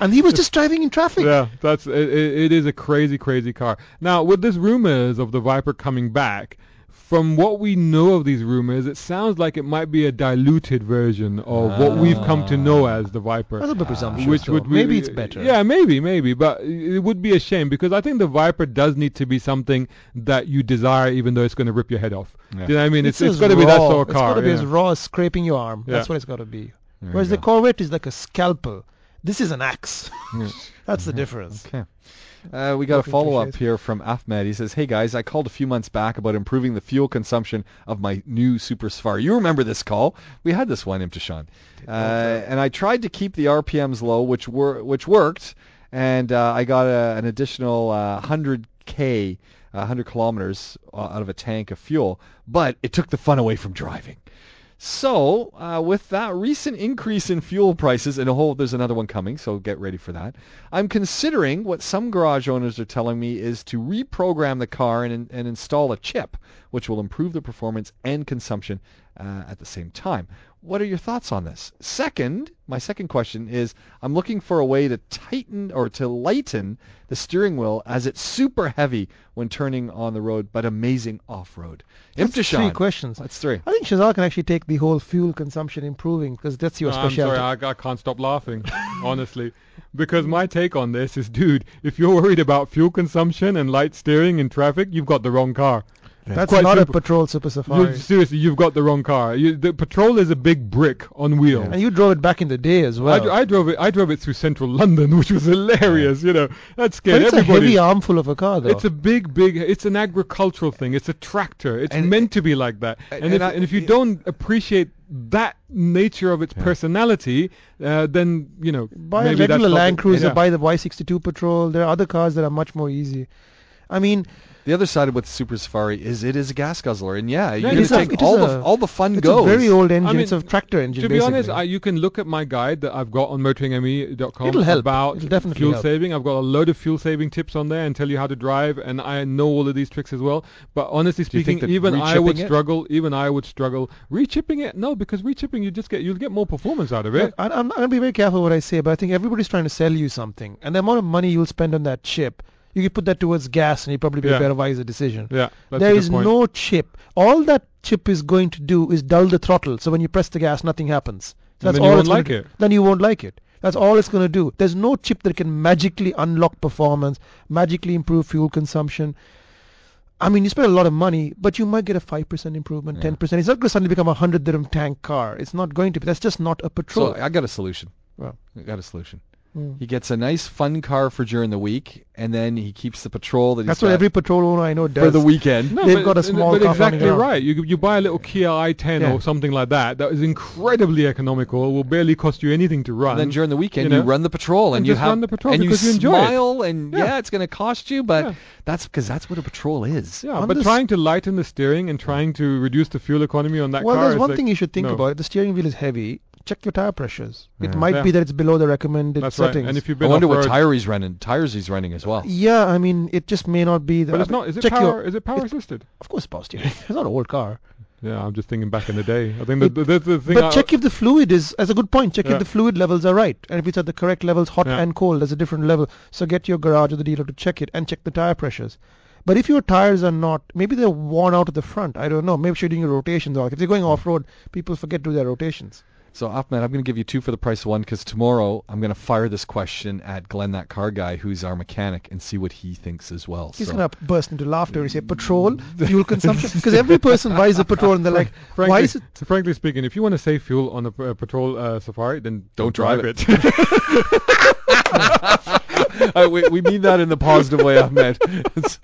[SPEAKER 2] and he was just driving in traffic.
[SPEAKER 3] yeah, that's it, it. It is a crazy, crazy car. Now, with this rumors of the Viper coming back, from what we know of these rumors, it sounds like it might be a diluted version of what we've come to know as the Viper.
[SPEAKER 2] That's a bit presumptuous.
[SPEAKER 3] which
[SPEAKER 2] though.
[SPEAKER 3] would be- uh,
[SPEAKER 2] maybe it's better.
[SPEAKER 3] Yeah, maybe, maybe, but it would be a shame because I think the Viper does need to be something that you desire, even though it's going to rip your head off. Do you know what I mean? It's, it's
[SPEAKER 2] as
[SPEAKER 3] got to be that
[SPEAKER 2] raw-
[SPEAKER 3] sort of car.
[SPEAKER 2] It's got to be
[SPEAKER 3] yeah.
[SPEAKER 2] as raw as scraping your arm. That's
[SPEAKER 3] Yeah.
[SPEAKER 2] what it's got to be.
[SPEAKER 1] There
[SPEAKER 2] Whereas
[SPEAKER 1] you
[SPEAKER 2] the
[SPEAKER 1] go.
[SPEAKER 2] Corvette is like a scalpel. This is an axe. That's the difference.
[SPEAKER 1] Okay. Uh, we got a
[SPEAKER 2] Working
[SPEAKER 1] follow up
[SPEAKER 2] cliches.
[SPEAKER 1] here from Ahmed. He says, "Hey guys, I called a few months back about improving the fuel consumption of my new Super Safari. You remember this call? We had this one, Imtishan, uh, and I tried to keep the RPMs low, which were which worked, and uh, I got a, an additional uh, 100k, uh, 100 kilometers uh, out of a tank of fuel. But it took the fun away from driving." So, uh, with that recent increase in fuel prices, and a whole, there's another one coming, so get ready for that. I'm considering what some garage owners are telling me is to reprogram the car and, and install a chip, which will improve the performance and consumption uh, at the same time. What are your thoughts on this? Second, my second question is I'm looking for a way to tighten or to lighten the steering wheel as it's super heavy when turning on the road, but amazing off road.
[SPEAKER 2] That's three questions.
[SPEAKER 1] That's three.
[SPEAKER 2] I think Shazal can actually take the whole fuel consumption improving because that's your
[SPEAKER 3] I'm
[SPEAKER 2] specialty.
[SPEAKER 3] sorry, I, I can't stop laughing, honestly, because my take on this is, dude, if you're worried about fuel consumption and light steering in traffic, you've got the wrong car.
[SPEAKER 2] that's
[SPEAKER 3] Quite
[SPEAKER 2] not
[SPEAKER 3] simple.
[SPEAKER 2] a patrol super
[SPEAKER 3] You,
[SPEAKER 2] safari.
[SPEAKER 3] seriously, you've got the wrong car. You, the Patrol is a big brick on wheels.
[SPEAKER 2] and you drove it back in the day as
[SPEAKER 3] I,
[SPEAKER 2] well.
[SPEAKER 3] dro- I drove it. I drove it through central London, which was hilarious. You know, that
[SPEAKER 2] but
[SPEAKER 3] scared
[SPEAKER 2] it's a
[SPEAKER 3] everybody.
[SPEAKER 2] heavy armful of a car, though.
[SPEAKER 3] It's a big, big. It's an agricultural thing. It's a tractor. It's
[SPEAKER 1] And-
[SPEAKER 3] meant to be like that.
[SPEAKER 1] and-
[SPEAKER 3] And,
[SPEAKER 1] and
[SPEAKER 3] if,
[SPEAKER 1] I-
[SPEAKER 3] and if you don't appreciate that nature of its personality, uh, then you know.
[SPEAKER 2] buy a
[SPEAKER 3] maybe that's
[SPEAKER 2] regular
[SPEAKER 3] not
[SPEAKER 2] Land
[SPEAKER 3] the-
[SPEAKER 2] Cruiser,
[SPEAKER 3] yeah.
[SPEAKER 2] buy the Y62 Patrol. There are other cars that are much more easy. I mean,
[SPEAKER 1] The other side of with Super Safari is it is a gas guzzler, and yeah, you're
[SPEAKER 3] it
[SPEAKER 1] gonna
[SPEAKER 3] is a-
[SPEAKER 1] take
[SPEAKER 2] it is
[SPEAKER 1] all the
[SPEAKER 2] a-
[SPEAKER 1] all the fun
[SPEAKER 2] it's
[SPEAKER 1] goes.
[SPEAKER 2] a very old engine.
[SPEAKER 3] I mean,
[SPEAKER 2] it's a tractor engine.
[SPEAKER 3] To be honest,
[SPEAKER 2] basically.
[SPEAKER 3] I, you can look at my guide that I've got on motoringme.com
[SPEAKER 2] It'll help.
[SPEAKER 3] about
[SPEAKER 2] It'll definitely
[SPEAKER 3] fuel
[SPEAKER 2] help.
[SPEAKER 3] saving. I've got a load of fuel saving tips on there and tell you how to drive, and I know all of these tricks as well. But honestly
[SPEAKER 1] you think
[SPEAKER 3] speaking,
[SPEAKER 1] that
[SPEAKER 3] even I
[SPEAKER 1] rechipping
[SPEAKER 3] would
[SPEAKER 1] it-
[SPEAKER 3] struggle. Even I would struggle rechipping it. No, because rechipping you just get you'll get more performance out of it.
[SPEAKER 2] Look, I- I'm, I'm going to be very careful what I say, but I think everybody's trying to sell you something. And the amount of money you'll spend on that chip, you could put that towards gas and you'd probably be
[SPEAKER 3] Yeah.
[SPEAKER 2] a better wiser decision.
[SPEAKER 3] Yeah, that's a
[SPEAKER 2] there
[SPEAKER 3] good
[SPEAKER 2] is
[SPEAKER 3] point.
[SPEAKER 2] no chip. All that chip is going to do is dull the throttle. So when you press the gas, nothing happens. So
[SPEAKER 3] And
[SPEAKER 2] that's
[SPEAKER 3] then
[SPEAKER 2] all
[SPEAKER 3] you
[SPEAKER 2] it's
[SPEAKER 3] won't
[SPEAKER 2] gonna
[SPEAKER 3] like
[SPEAKER 2] do.
[SPEAKER 3] it.
[SPEAKER 2] Then you won't like it. That's all it's going to do. There's no chip that can magically unlock performance, magically improve fuel consumption. I mean, you spend a lot of money, but you might get a 5% improvement, 10%. It's not going to suddenly become a 100 dirham tank car. It's not going to be. That's just not a petrol.
[SPEAKER 1] So I got a solution.
[SPEAKER 2] Well.
[SPEAKER 1] I got a solution.
[SPEAKER 2] Mm.
[SPEAKER 1] He gets a nice fun car for during the week, and then he keeps the patrol that he's
[SPEAKER 2] That's what
[SPEAKER 1] got
[SPEAKER 2] every petrol owner I know does.
[SPEAKER 1] for the weekend.
[SPEAKER 3] No,
[SPEAKER 2] They've
[SPEAKER 3] but-
[SPEAKER 2] got a
[SPEAKER 3] but-
[SPEAKER 2] small
[SPEAKER 3] But
[SPEAKER 2] car running
[SPEAKER 3] exactly
[SPEAKER 2] around.
[SPEAKER 3] right. You you buy a little Kia i10
[SPEAKER 2] Yeah.
[SPEAKER 3] or something like that. That is incredibly economical. Will barely cost you anything to run.
[SPEAKER 1] And then during the weekend, you,
[SPEAKER 3] you know?
[SPEAKER 1] run the patrol, and,
[SPEAKER 3] And
[SPEAKER 1] you
[SPEAKER 3] just
[SPEAKER 1] have
[SPEAKER 3] run the patrol
[SPEAKER 1] and you
[SPEAKER 3] because you enjoy it.
[SPEAKER 1] smile, and yeah.
[SPEAKER 3] Yeah.
[SPEAKER 1] it's going to cost you, but
[SPEAKER 3] Yeah.
[SPEAKER 1] that's because that's what a patrol is.
[SPEAKER 3] yeah,
[SPEAKER 2] on
[SPEAKER 3] but
[SPEAKER 2] this-
[SPEAKER 3] trying to lighten the steering and trying to reduce the fuel economy on that
[SPEAKER 2] well,
[SPEAKER 3] car.
[SPEAKER 2] there's
[SPEAKER 3] is
[SPEAKER 2] one
[SPEAKER 3] like-
[SPEAKER 2] thing you should think
[SPEAKER 3] no.
[SPEAKER 2] about. If the steering wheel is heavy, check your tire pressures. It
[SPEAKER 1] Yeah.
[SPEAKER 2] might
[SPEAKER 3] Yeah.
[SPEAKER 2] be that it's below the recommended
[SPEAKER 3] That's right.
[SPEAKER 2] settings.
[SPEAKER 3] And if you've
[SPEAKER 1] I
[SPEAKER 3] been
[SPEAKER 1] wonder what
[SPEAKER 3] off-road-
[SPEAKER 1] tire he's running. Tires he's running as well.
[SPEAKER 2] yeah, I mean, it just may not be the.
[SPEAKER 3] but it's not. Is it
[SPEAKER 2] check
[SPEAKER 3] power?
[SPEAKER 2] Your,
[SPEAKER 3] Is it power
[SPEAKER 2] it's-
[SPEAKER 3] assisted?
[SPEAKER 2] of course, power steering. it's not an old car.
[SPEAKER 3] Yeah, I'm just thinking back in the day. I think the
[SPEAKER 2] It-
[SPEAKER 3] the, the, the thing.
[SPEAKER 2] But
[SPEAKER 3] I-
[SPEAKER 2] check if the fluid is. That's a good point. Check
[SPEAKER 3] Yeah.
[SPEAKER 2] if the fluid levels are right, and if it's at the correct levels, hot
[SPEAKER 3] Yeah.
[SPEAKER 2] and cold. There's a different level. So get your garage or the dealer to check it and check the tire pressures. But if your tires are not, maybe they're worn out at the front. I don't know. Maybe you're doing your rotations. Or if you're going off road, people forget to do their rotations.
[SPEAKER 1] So Ahmed, I'm going to give you two for the price of one because tomorrow I'm going to fire this question at Glenn, that car guy, who's our mechanic, and see what he thinks as well.
[SPEAKER 2] He's
[SPEAKER 1] so
[SPEAKER 2] gonna burst into laughter and say petrol, fuel consumption. Because every person buys a petrol and they're like,
[SPEAKER 3] Frankly,
[SPEAKER 2] why is it?
[SPEAKER 3] frankly speaking, if you want to save fuel on a p- a patrol uh, safari, then
[SPEAKER 1] Don't drive
[SPEAKER 3] it.
[SPEAKER 1] Uh, we, we mean that in the positive way, Ahmed. It's-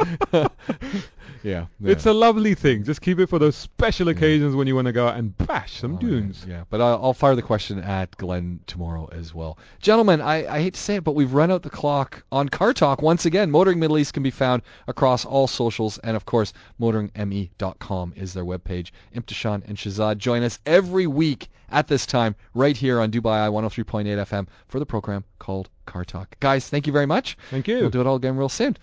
[SPEAKER 1] yeah, yeah.
[SPEAKER 3] It's a lovely thing. Just keep it for those special occasions when you want to go out and bash some
[SPEAKER 1] All right,
[SPEAKER 3] dunes.
[SPEAKER 1] Oh, Yeah, but I'll, I'll fire the question at Glenn tomorrow as well. Gentlemen, I, I hate to say it, but we've run out the clock on Car Talk once again. Motoring Middle East can be found across all socials, and of course, motoringme.com is their webpage. Imtishan and Shazad join us every week at this time right here on Dubai oh I 103.8 FM for the program called Car Talk. Guys, thank you very much.
[SPEAKER 3] Thank you.
[SPEAKER 1] We'll do it all again real soon.